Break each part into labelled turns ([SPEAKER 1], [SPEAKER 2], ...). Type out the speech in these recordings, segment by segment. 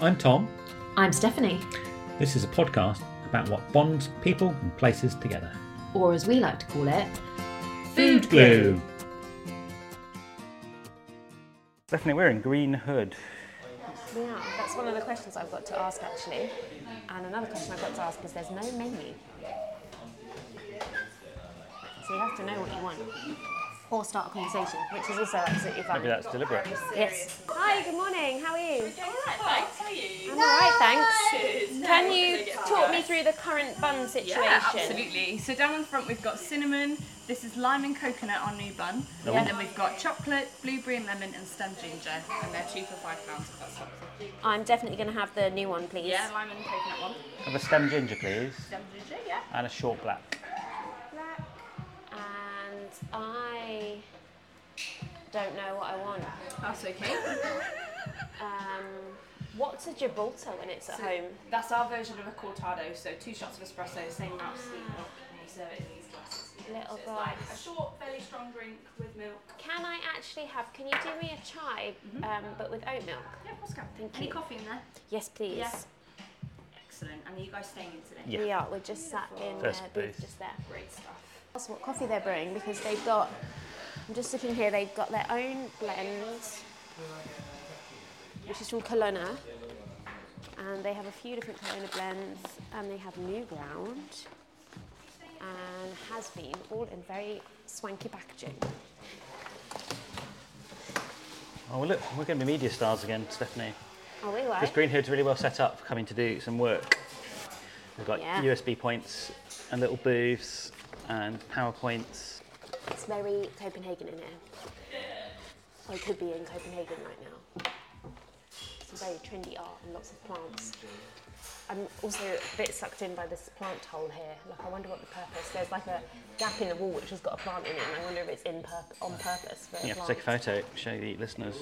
[SPEAKER 1] I'm Tom.
[SPEAKER 2] I'm Stephanie,
[SPEAKER 1] This is a podcast about what bonds people and places together.
[SPEAKER 2] or as we like to call it,
[SPEAKER 3] Stephanie, we're in Green Hood.
[SPEAKER 4] Yeah, that's one of the questions I've got to ask actually. And another question I've got to ask is there's no menu. So you have to know what you want or start a conversation, which is also absolutely fine.
[SPEAKER 3] Maybe that's deliberate.
[SPEAKER 4] yes. Hi, good morning. How are you?
[SPEAKER 5] Thanks, how are you?
[SPEAKER 4] I'm all right, thanks.
[SPEAKER 5] Good.
[SPEAKER 4] Can
[SPEAKER 5] No,
[SPEAKER 4] you
[SPEAKER 5] really good.
[SPEAKER 4] talk me through the current bun situation?
[SPEAKER 5] Yeah, absolutely. So down on the front we've got cinnamon, this is lime and coconut on new bun, and then we've got chocolate, blueberry and lemon and stemmed ginger, and they're two for five pounds if that's helpful.
[SPEAKER 4] I'm definitely going to have the new one, please.
[SPEAKER 5] Yeah, lime and coconut one.
[SPEAKER 3] Have a stem ginger, please,
[SPEAKER 5] Stemmed ginger, yeah.
[SPEAKER 3] and a short black.
[SPEAKER 4] And I don't know what I want.
[SPEAKER 5] That's okay.
[SPEAKER 4] Um, what's a Gibraltar when it's at home?
[SPEAKER 5] That's our version of a cortado, so two shots of espresso, same amount of sweet milk, and we serve it in these glasses.
[SPEAKER 4] Little
[SPEAKER 5] so it's like a
[SPEAKER 4] glass.
[SPEAKER 5] short, fairly strong drink with milk.
[SPEAKER 4] Can I actually have? Can you do me a chai, um, but with oat milk?
[SPEAKER 5] Yeah, of course, Gab.
[SPEAKER 4] Thank
[SPEAKER 5] Any
[SPEAKER 4] you.
[SPEAKER 5] coffee in there?
[SPEAKER 4] Yes, please.
[SPEAKER 5] Yeah. Excellent. And are you guys staying in today?
[SPEAKER 3] Yeah.
[SPEAKER 4] We are. We're just sat in
[SPEAKER 3] First
[SPEAKER 4] uh, booth
[SPEAKER 3] booth.
[SPEAKER 4] just there.
[SPEAKER 5] Great stuff.
[SPEAKER 4] Ask what coffee they're brewing because they've got. I'm just looking here. They've got their own blend, which is from Kelowna, and they have a few different Kelowna blends, and they have New Ground and Has Been, all in very swanky packaging.
[SPEAKER 3] Oh, well, look, we're going to be media stars again, Stephanie.
[SPEAKER 4] Are we
[SPEAKER 3] This
[SPEAKER 4] right?
[SPEAKER 3] Green Hood's really well set up for coming to do some work. We've got
[SPEAKER 4] Yeah.
[SPEAKER 3] USB points and little booths and PowerPoints.
[SPEAKER 4] It's very Copenhagen in here. I could be in Copenhagen right now. Some very trendy art and lots of plants. I'm also a bit sucked in by this plant hole here. Like, I wonder what the purpose. There's like a gap in the wall which has got a plant in it, and I wonder if it's in pur- on purpose for
[SPEAKER 3] You
[SPEAKER 4] a
[SPEAKER 3] have to
[SPEAKER 4] plant.
[SPEAKER 3] take a photo, show the listeners.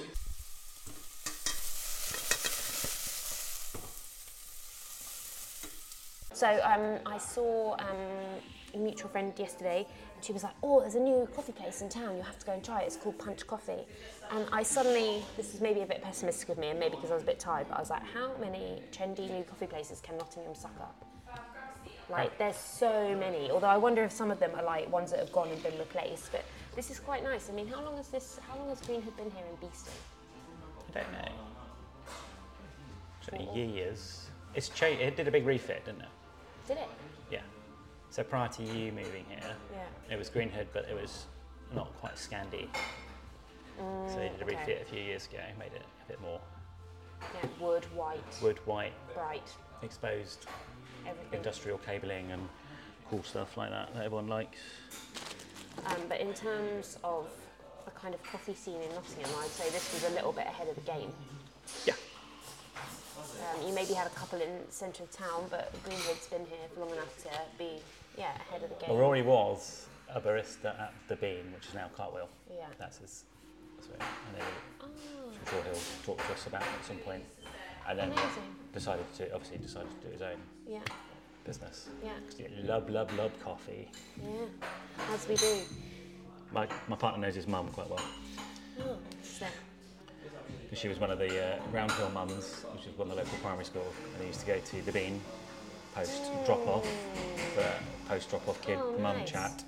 [SPEAKER 4] So um, I saw um, a mutual friend yesterday, and she was like, "Oh, there's a new coffee place in town. You have to go and try it. It's called Punch Coffee." And I suddenly, this is maybe a bit pessimistic of me, and maybe because I was a bit tired, but I was like, "How many trendy new coffee places can Nottingham suck up?" Like, there's so many. Although I wonder if some of them are like ones that have gone and been replaced. But this is quite nice. I mean, how long has this? How long has Green Hood been here in Beeston?
[SPEAKER 3] I don't know. Actually, years. It's cha- It did a big refit, didn't it?
[SPEAKER 4] Did it?
[SPEAKER 3] Yeah. So prior to you moving here,
[SPEAKER 4] Yeah.
[SPEAKER 3] it was Green Hood, but it was not quite Scandi. so they did a
[SPEAKER 4] okay.
[SPEAKER 3] refit a few years ago, made it a bit more
[SPEAKER 4] Yeah. Wood, white,
[SPEAKER 3] wood white,
[SPEAKER 4] bright,
[SPEAKER 3] exposed
[SPEAKER 4] everything.
[SPEAKER 3] industrial cabling and cool stuff like that that everyone likes.
[SPEAKER 4] Um, but in terms of a kind of coffee scene in Nottingham, I'd say this was a little bit ahead of the game.
[SPEAKER 3] Yeah.
[SPEAKER 4] Um, you maybe had a couple in the centre of town, but Greenwood's been here for long enough to be, yeah, ahead of the game.
[SPEAKER 3] Well, Rory was a barista at the Bean, which is now Cartwheel.
[SPEAKER 4] Yeah.
[SPEAKER 3] That's his. That's what and then
[SPEAKER 4] Oh,
[SPEAKER 3] I'm sure he'll talk to us about it at some point. And then
[SPEAKER 4] Amazing.
[SPEAKER 3] decided to obviously decided to do his own
[SPEAKER 4] Yeah,
[SPEAKER 3] business.
[SPEAKER 4] yeah,
[SPEAKER 3] Love, love, love coffee.
[SPEAKER 4] yeah. As we do.
[SPEAKER 3] My, my partner knows his mum quite well.
[SPEAKER 4] Oh, so,
[SPEAKER 3] 'cause She was one of the uh, Round Hill mums, which is one of the local primary school, and he used to go to the Bean post drop off for post drop off kid
[SPEAKER 4] Oh,
[SPEAKER 3] mum
[SPEAKER 4] nice.
[SPEAKER 3] chat.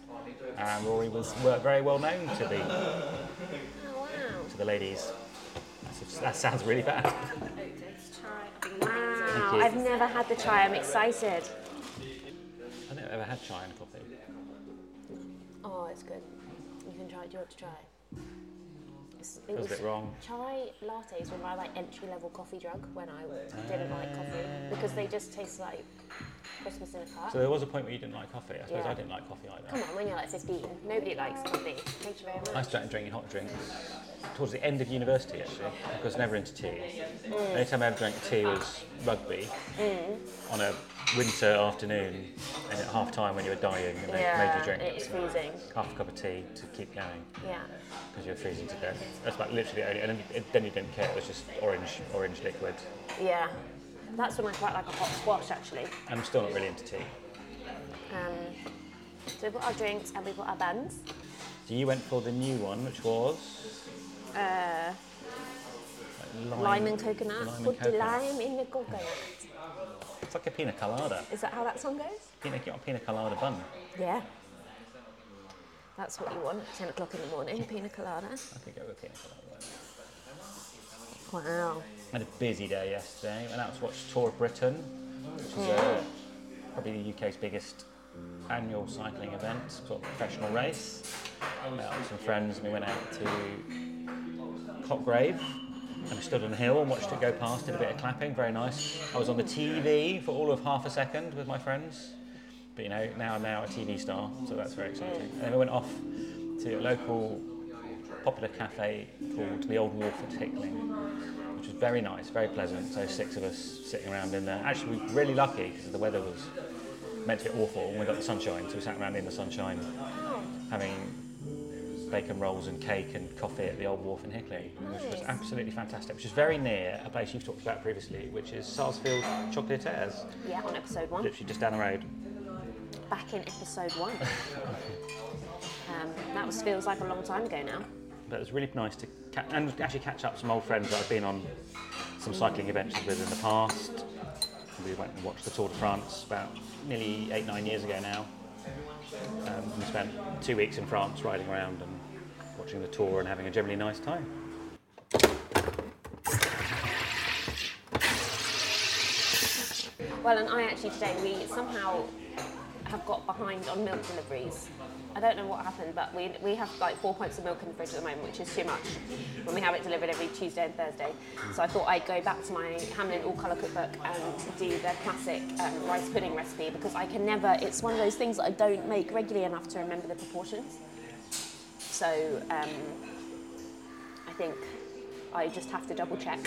[SPEAKER 3] And Rory was were very well known to the
[SPEAKER 4] oh,
[SPEAKER 3] to the ladies. That's, that sounds really bad.
[SPEAKER 5] Oh,
[SPEAKER 4] wow. Wow,
[SPEAKER 3] you.
[SPEAKER 4] I've never had the chai. I'm excited.
[SPEAKER 3] I don't think I've ever had chai and coffee.
[SPEAKER 4] Oh, it's good. You can try it. Do you want to try it? It's- It
[SPEAKER 3] Feels a bit wrong.
[SPEAKER 4] Chai lattes were my like entry level coffee drug when I didn't like coffee because they just taste like Christmas in a cup.
[SPEAKER 3] So there was a point where you didn't like coffee. I suppose
[SPEAKER 4] Yeah.
[SPEAKER 3] I didn't like coffee either.
[SPEAKER 4] Come on, when you're like 15, nobody likes coffee. Thank you very much.
[SPEAKER 3] I started drinking hot drinks towards the end of university actually. I was never into tea. The
[SPEAKER 4] Mm.
[SPEAKER 3] only time I ever drank tea was rugby on a winter afternoon and at half time when you were dying and they made you drink
[SPEAKER 4] it was freezing.
[SPEAKER 3] half a cup of tea to keep going
[SPEAKER 4] Yeah.
[SPEAKER 3] because you were freezing to death. That's about literally the only, and then, then you didn't care, it was just orange orange liquid.
[SPEAKER 4] Yeah. That's when I quite like a hot squash actually.
[SPEAKER 3] I'm still not really into tea.
[SPEAKER 4] Um, so we've got our drinks and we've got our buns.
[SPEAKER 3] So you went for the new one which was? Uh, Lime,
[SPEAKER 4] Lime and coconut.
[SPEAKER 3] Lime and
[SPEAKER 4] Put the
[SPEAKER 3] coconut.
[SPEAKER 4] lime in the coconut.
[SPEAKER 3] It's like a pina colada.
[SPEAKER 4] Is that how that song goes?
[SPEAKER 3] Pina, get a pina colada bun.
[SPEAKER 4] Yeah. That's what you want, 10 o'clock in the morning, pina colada.
[SPEAKER 3] I could go with pina colada.
[SPEAKER 4] Wow.
[SPEAKER 3] I had a busy day yesterday. Went out to watch Tour of Britain, which is uh, probably the UK's biggest annual cycling event, sort of professional race. Went out with some friends and we went out to Cotgrave and we stood on a hill and watched it go past, did a bit of clapping, very nice. I was on the TV for all of half a second with my friends, but you know, now I'm now a TV star, so that's very exciting. And then we went off to a local popular cafe called the Old Warford Hickling which was very nice, very pleasant. So six of us sitting around in there. Actually, we were really lucky because the weather was meant to be awful, and we got the sunshine, so we sat around in the sunshine, having bacon rolls and cake and coffee at the Old Wharf in Hickley, which was absolutely fantastic. Which is very near a place you've talked about previously, which is Sarsfield Chocolatiers,
[SPEAKER 4] Yeah, on episode one.
[SPEAKER 3] literally just down the road.
[SPEAKER 4] Back in episode one. um, that was feels like a long time ago now.
[SPEAKER 3] But it was really nice to ca- and actually catch up some old friends that I've been on some cycling adventures with in the past. We went and watched the Tour de France about nearly eight, nine years ago now. Um, and spent two weeks in France riding around and watching the tour and having a generally nice time.
[SPEAKER 4] Well, and I actually today, we somehow have got behind on milk deliveries. I don't know what happened, but we, we have like four pints of milk in the fridge at the moment, which is too much when we have it delivered every Tuesday and Thursday. So I thought I'd go back to my Hamlin All Colour Cookbook and do the classic um, rice pudding recipe because I can never, it's one of those things that I don't make regularly enough to remember the proportions. So um, I think I just have to double check.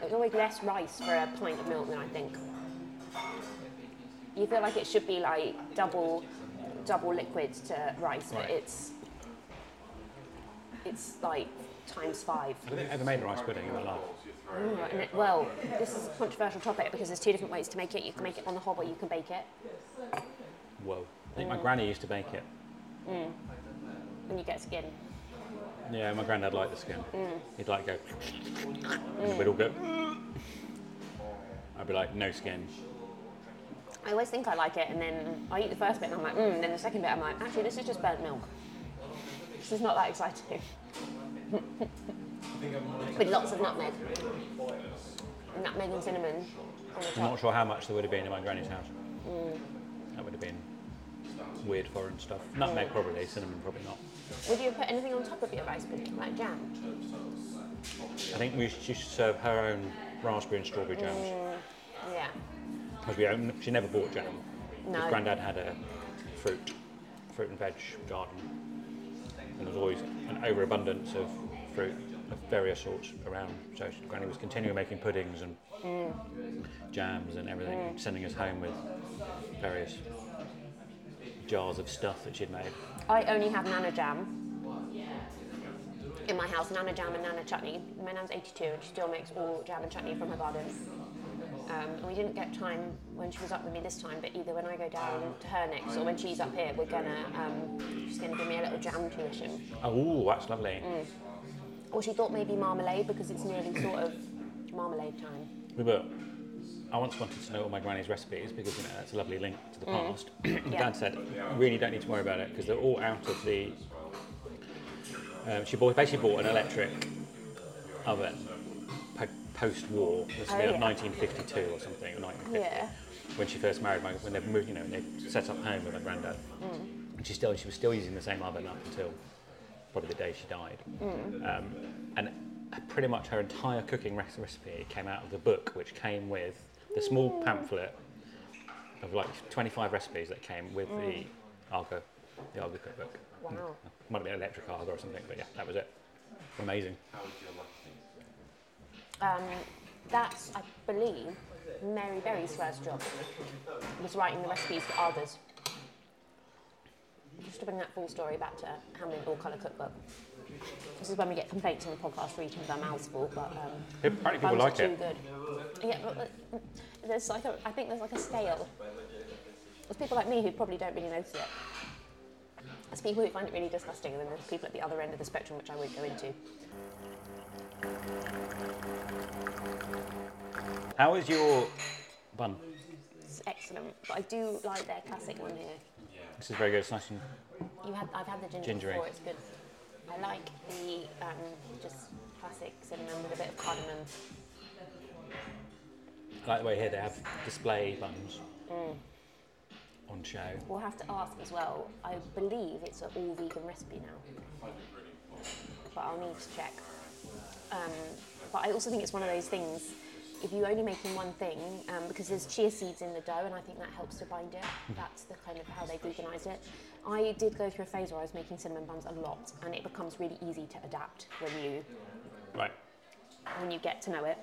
[SPEAKER 4] There's always less rice for a pint of milk than I think. You feel like it should be like double, double liquid to rice, but
[SPEAKER 3] Right.
[SPEAKER 4] it's it's like times five.
[SPEAKER 3] I don't think I ever made rice pudding in my life.
[SPEAKER 4] Ooh, and it, well, this is a controversial topic because there's two different ways to make it. You can make it on the hob or you can bake it,
[SPEAKER 3] Whoa. I think my granny used to bake it.
[SPEAKER 4] and you get skin.
[SPEAKER 3] Yeah, my granddad liked the skin. He'd like go, and we'd all go, I'd be like, no skin.
[SPEAKER 4] I always think I like it, and then I eat the first bit, and I'm like, mm, and then the second bit, I'm like, actually, this is just burnt milk. This is not that exciting. With lots of nutmeg. Nutmeg and cinnamon on the
[SPEAKER 3] I'm not
[SPEAKER 4] top.
[SPEAKER 3] sure how much there would have been in my granny's house. That would have been weird foreign stuff. Nutmeg probably, cinnamon probably not.
[SPEAKER 4] Would you put anything on top of your rice pudding, like jam?
[SPEAKER 3] I think we, she should serve her own raspberry and strawberry jams
[SPEAKER 4] Yeah.
[SPEAKER 3] because we own, she never bought jam. 'Cause
[SPEAKER 4] No.
[SPEAKER 3] Grandad had a fruit, fruit and veg garden, and there was always an overabundance of fruit of various sorts around. So she- Granny was continually making puddings and jams and everything, sending us home with various jars of stuff that she'd made.
[SPEAKER 4] I only have nana jam in my house. Nana jam and nana chutney. My nan's 82 and she still makes all jam and chutney from her garden. Um, and we didn't get time when she was up with me this time, but either when I go down to her next or when she's up here, we're gonna um, she's gonna give me a little jam tuition.
[SPEAKER 3] Oh, that's lovely.
[SPEAKER 4] Or she thought maybe marmalade because it's nearly sort of marmalade time.
[SPEAKER 3] We were. I once wanted to know all my granny's recipes because you know that's a lovely link to the
[SPEAKER 4] Mm.
[SPEAKER 3] past. Dad said, really don't need to worry about it because they're all out of the. Um, she bought, basically bought an electric oven po- post-war. This would be
[SPEAKER 4] Oh,
[SPEAKER 3] like
[SPEAKER 4] yeah.
[SPEAKER 3] 1952 or something, or 1950.
[SPEAKER 4] Yeah.
[SPEAKER 3] When she first married, my, when they moved, you know, when they set up home with my granddad,
[SPEAKER 4] Mm.
[SPEAKER 3] and she still she was still using the same oven up until probably the day she died. Um, and pretty much her entire cooking rec- recipe came out of the book, which came with the small pamphlet of like 25 recipes that came with
[SPEAKER 4] Mm.
[SPEAKER 3] the Argo, the Argo cookbook.
[SPEAKER 4] Wow.
[SPEAKER 3] Might have been electric Argo or something, but yeah, that was it. Amazing.
[SPEAKER 4] Um, that's I believe Mary Berry's first job was writing the recipes for Argus. Just to bring that full story back to Hamlin All Colour Cookbook. This is when we get complaints on the podcast for eating their mouths full, but um,
[SPEAKER 3] Apparently people
[SPEAKER 4] buns are
[SPEAKER 3] like
[SPEAKER 4] too
[SPEAKER 3] it.
[SPEAKER 4] good. Yeah, but but there's like a, I think there's like a scale. There's people like me who probably don't really notice it. There's people who find it really disgusting, and then there's people at the other end of the spectrum, which I won't go into.
[SPEAKER 3] How is your bun?
[SPEAKER 4] It's excellent. But I do like their classic one here.
[SPEAKER 3] This is very good. It's nice and
[SPEAKER 4] You had, I've had the ginger
[SPEAKER 3] Gingery.
[SPEAKER 4] before. It's good. I like the um, just classic cinnamon with a bit of cardamom.
[SPEAKER 3] I like the way here they have display buns
[SPEAKER 4] Mm.
[SPEAKER 3] on show.
[SPEAKER 4] We'll have to ask as well. I believe it's an all vegan recipe now. But I'll need to check. Um, but I also think it's one of those things, if you're only making one thing, um, because there's chia seeds in the dough and I think that helps to bind it. That's the kind of how they veganised it. I did go through a phase where I was making cinnamon buns a lot and it becomes really easy to adapt when you
[SPEAKER 3] Right.
[SPEAKER 4] when you get to know it.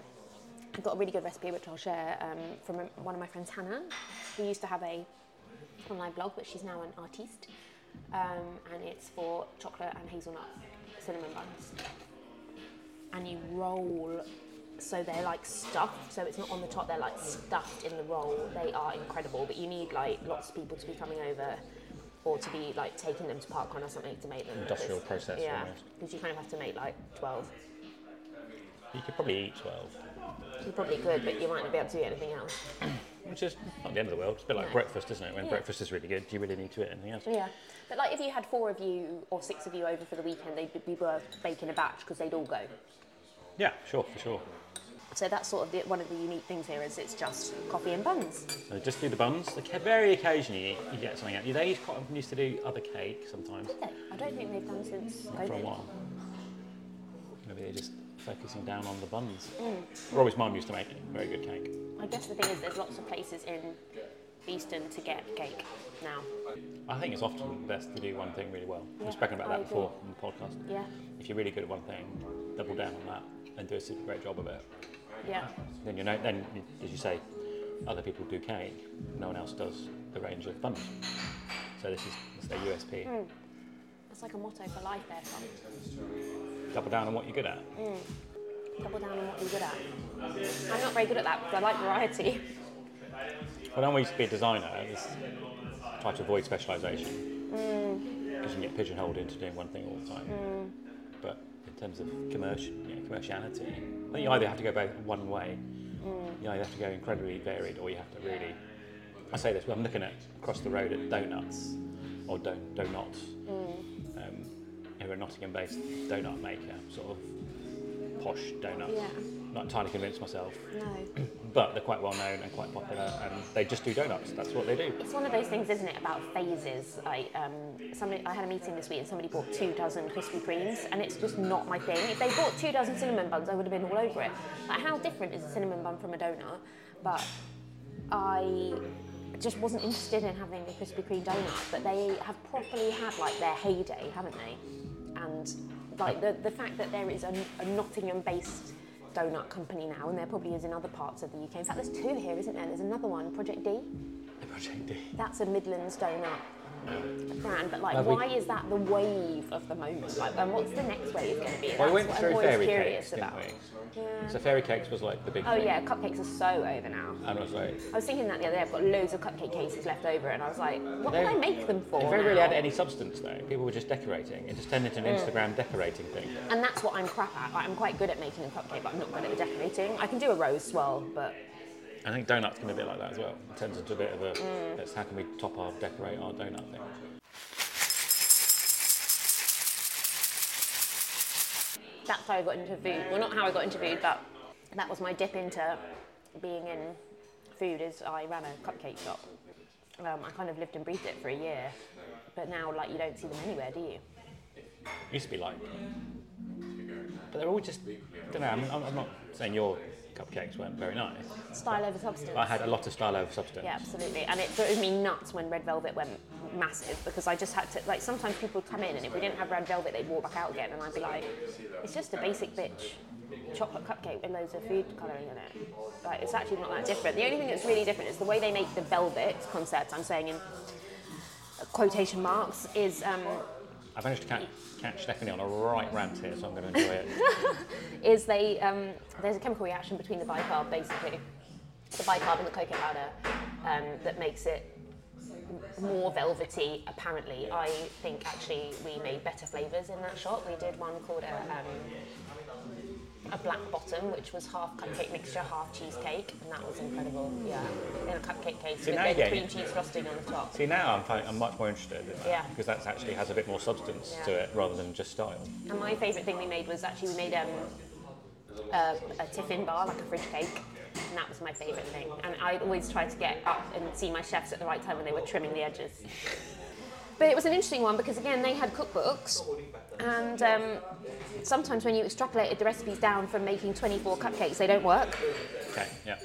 [SPEAKER 4] I've got a really good recipe which I'll share um, from a- one of my friends, Hannah, who used to have a online blog, but she's now an artiste, um, and it's for chocolate and hazelnut cinnamon buns. And you roll, so they're like stuffed, so it's not on the top, they're like stuffed in the roll. They are incredible, but you need like lots of people to be coming over or to be like taking them to Parkrun or something to make them.
[SPEAKER 3] Industrial
[SPEAKER 4] because-
[SPEAKER 3] process
[SPEAKER 4] Yeah,
[SPEAKER 3] almost.
[SPEAKER 4] because you kind of have to make like 12.
[SPEAKER 3] You could probably eat 12,
[SPEAKER 4] You probably could, but you might not be able to do anything else.
[SPEAKER 3] which is not the end of the world. It's a bit like
[SPEAKER 4] No.
[SPEAKER 3] breakfast, isn't it? When
[SPEAKER 4] Yeah.
[SPEAKER 3] breakfast is really good, do you really need to eat anything else?
[SPEAKER 4] Yeah. But like if you had four of you or six of you over for the weekend, they'd be worth baking a batch because they'd all go.
[SPEAKER 3] Yeah, sure, for sure.
[SPEAKER 4] So that's sort of the, one of the unique things here is it's just coffee and buns.
[SPEAKER 3] So just do the buns. Oca- Very occasionally you get something out. They used quite often used to do other cake sometimes
[SPEAKER 4] Did they? I don't think they've done since
[SPEAKER 3] for a
[SPEAKER 4] COVID.
[SPEAKER 3] while. Maybe they're just focusing down on the buns.
[SPEAKER 4] Mm.
[SPEAKER 3] Robbie's mum used to make very good cake.
[SPEAKER 4] I guess the thing is there's lots of places in Easton to get cake now.
[SPEAKER 3] I think it's often best to do one thing really well.
[SPEAKER 4] Yeah,
[SPEAKER 3] We've spoken about
[SPEAKER 4] I
[SPEAKER 3] that
[SPEAKER 4] agree.
[SPEAKER 3] before on the podcast.
[SPEAKER 4] Yeah.
[SPEAKER 3] If you're really good at one thing, double down on that and do a super great job of it.
[SPEAKER 4] Yeah.
[SPEAKER 3] Then you know, then as you say, other people do cake. No one else does the range of buns. So this is it's their USP.
[SPEAKER 4] Mm. That's like a motto for life there, Tom.
[SPEAKER 3] Double down on what you're good at.
[SPEAKER 4] Double down on what you're good at. I'm not very good at that because I like variety.
[SPEAKER 3] When I used to be a designer, I was try to avoid specialisation because you can get pigeonholed into doing one thing all the time. But in terms of commercial, you know, commerciality, I think you either have to go both one way. You either have to go incredibly varied, or you have to really. I say this, but I'm looking at across the road at Donuts or Don Donuts, um, who are a Nottingham-based donut maker, sort of posh donuts.
[SPEAKER 4] Yeah.
[SPEAKER 3] Not entirely convinced myself
[SPEAKER 4] No.
[SPEAKER 3] but they're quite well known and quite popular, and they just do donuts. That's what they do.
[SPEAKER 4] It's one of those things, isn't it, about phases. I um, somebody I had a meeting this week and somebody bought two dozen Krispy Kremes, and it's just not my thing. If they bought two dozen cinnamon buns, I would have been all over it. Like, how different is a cinnamon bun from a donut? But I just wasn't interested in having a Krispy Kreme donut. But they have properly had like their heyday, haven't they? And like the the fact that there is a, a Nottingham-based donut company now, and there probably is in other parts of the UK. In fact, there's two here, isn't there? There's another one, Project D.
[SPEAKER 3] Project D.
[SPEAKER 4] That's a Midlands donut brand, but like,
[SPEAKER 3] Have we-
[SPEAKER 4] why is that the wave of the moment? Like, and what's the next wave going to be?
[SPEAKER 3] Well,
[SPEAKER 4] That's
[SPEAKER 3] we went
[SPEAKER 4] what
[SPEAKER 3] through
[SPEAKER 4] I'm always
[SPEAKER 3] fairy
[SPEAKER 4] curious
[SPEAKER 3] cakes, didn't
[SPEAKER 4] about.
[SPEAKER 3] we? So fairy cakes was like the big
[SPEAKER 4] Oh
[SPEAKER 3] thing.
[SPEAKER 4] yeah, cupcakes are so over now.
[SPEAKER 3] And I was like,
[SPEAKER 4] I was thinking that the other day. I've got loads of cupcake cases left over, and I was like, what
[SPEAKER 3] They-
[SPEAKER 4] can I make them for?
[SPEAKER 3] it very rarely
[SPEAKER 4] now?
[SPEAKER 3] had any substance though. People were just decorating. It just turned into an
[SPEAKER 4] Mm.
[SPEAKER 3] Instagram decorating thing.
[SPEAKER 4] And that's what I'm crap at. Like, I'm quite good at making a cupcake, but I'm not good at the decorating. I can do a rose swirl, but
[SPEAKER 3] I think donuts can be a bit like that as well. It turns into a bit of a,
[SPEAKER 4] Mm.
[SPEAKER 3] that's how can we top our, decorate our donut thing.
[SPEAKER 4] that's how I got into food. Well, not how I got into food, but that was my dip into being in food. Is I ran a cupcake shop. Um, I kind of lived and breathed it for a year, but now like you don't see them anywhere, do you?
[SPEAKER 3] It used to be like, but they're all just, don't know, I mean, I'm, I'm not saying your cupcakes weren't very nice.
[SPEAKER 4] Style over substance.
[SPEAKER 3] But I had a lot of style over substance.
[SPEAKER 4] Yeah, absolutely. And it drove me nuts when Red Velvet went massive because I just had to like sometimes people would come in and if we didn't have Red Velvet they'd walk back out again and I'd be like, It's just a basic bitch chocolate cupcake with loads of food colouring in it. Like it's actually not that different. The only thing that's really different is the way they make the velvet concept, I'm saying in quotation marks, is um,
[SPEAKER 3] I managed to catch, catch Stephanie on a right rant here, so I'm going to enjoy it.
[SPEAKER 4] is they um, there's a chemical reaction between the bicarb basically the bicarb and the cocoa powder um, that makes it m- more velvety apparently i think actually we made better flavors in that shop we did one called a um, a black bottom, which was half cupcake mixture, half cheesecake, and that was incredible. Yeah, in a cupcake case
[SPEAKER 3] See,
[SPEAKER 4] with
[SPEAKER 3] now
[SPEAKER 4] the
[SPEAKER 3] you're getting
[SPEAKER 4] cream
[SPEAKER 3] it.
[SPEAKER 4] cheese frosting on the top.
[SPEAKER 3] See, now I'm, finding, I'm much more interested in that
[SPEAKER 4] Yeah.
[SPEAKER 3] because that actually has a bit more substance
[SPEAKER 4] Yeah.
[SPEAKER 3] to it rather than just style.
[SPEAKER 4] And my favourite thing we made was actually we made um, a, a tiffin bar, like a fridge cake. And that was my favourite thing. And I always tried to get up and see my chefs at the right time when they were trimming the edges. But it was an interesting one because, again, they had cookbooks. And um, sometimes when you extrapolated the recipes down from making 24 cupcakes, they don't work.
[SPEAKER 3] Okay, yeah.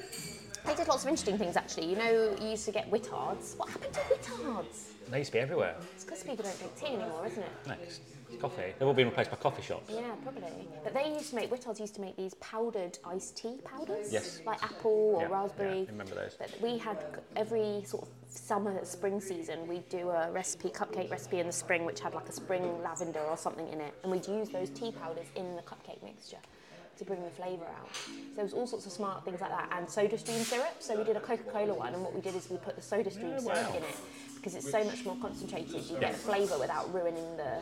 [SPEAKER 4] They did lots of interesting things, actually. You know, you used to get wittards. What happened to wittards?
[SPEAKER 3] They used to be everywhere.
[SPEAKER 4] It's because people don't drink tea anymore, isn't it?
[SPEAKER 3] Next, coffee. They've all been replaced by coffee shops.
[SPEAKER 4] Yeah, probably. But they used to make Wittards used to make these powdered iced tea powders,
[SPEAKER 3] Yes.
[SPEAKER 4] like apple or
[SPEAKER 3] Yeah,
[SPEAKER 4] raspberry.
[SPEAKER 3] yeah, I remember those.
[SPEAKER 4] But we had c- every sort of summer, spring season, we'd do a recipe, cupcake recipe in the spring, which had like a spring lavender or something in it, and we'd use those tea powders in the cupcake mixture. To bring the flavour out. So there was all sorts of smart things like that, and soda stream syrup. So we did a Coca-Cola one, and what we did is we put the soda stream
[SPEAKER 3] Oh, wow.
[SPEAKER 4] syrup in it because it's so much more concentrated. You get flavour without ruining the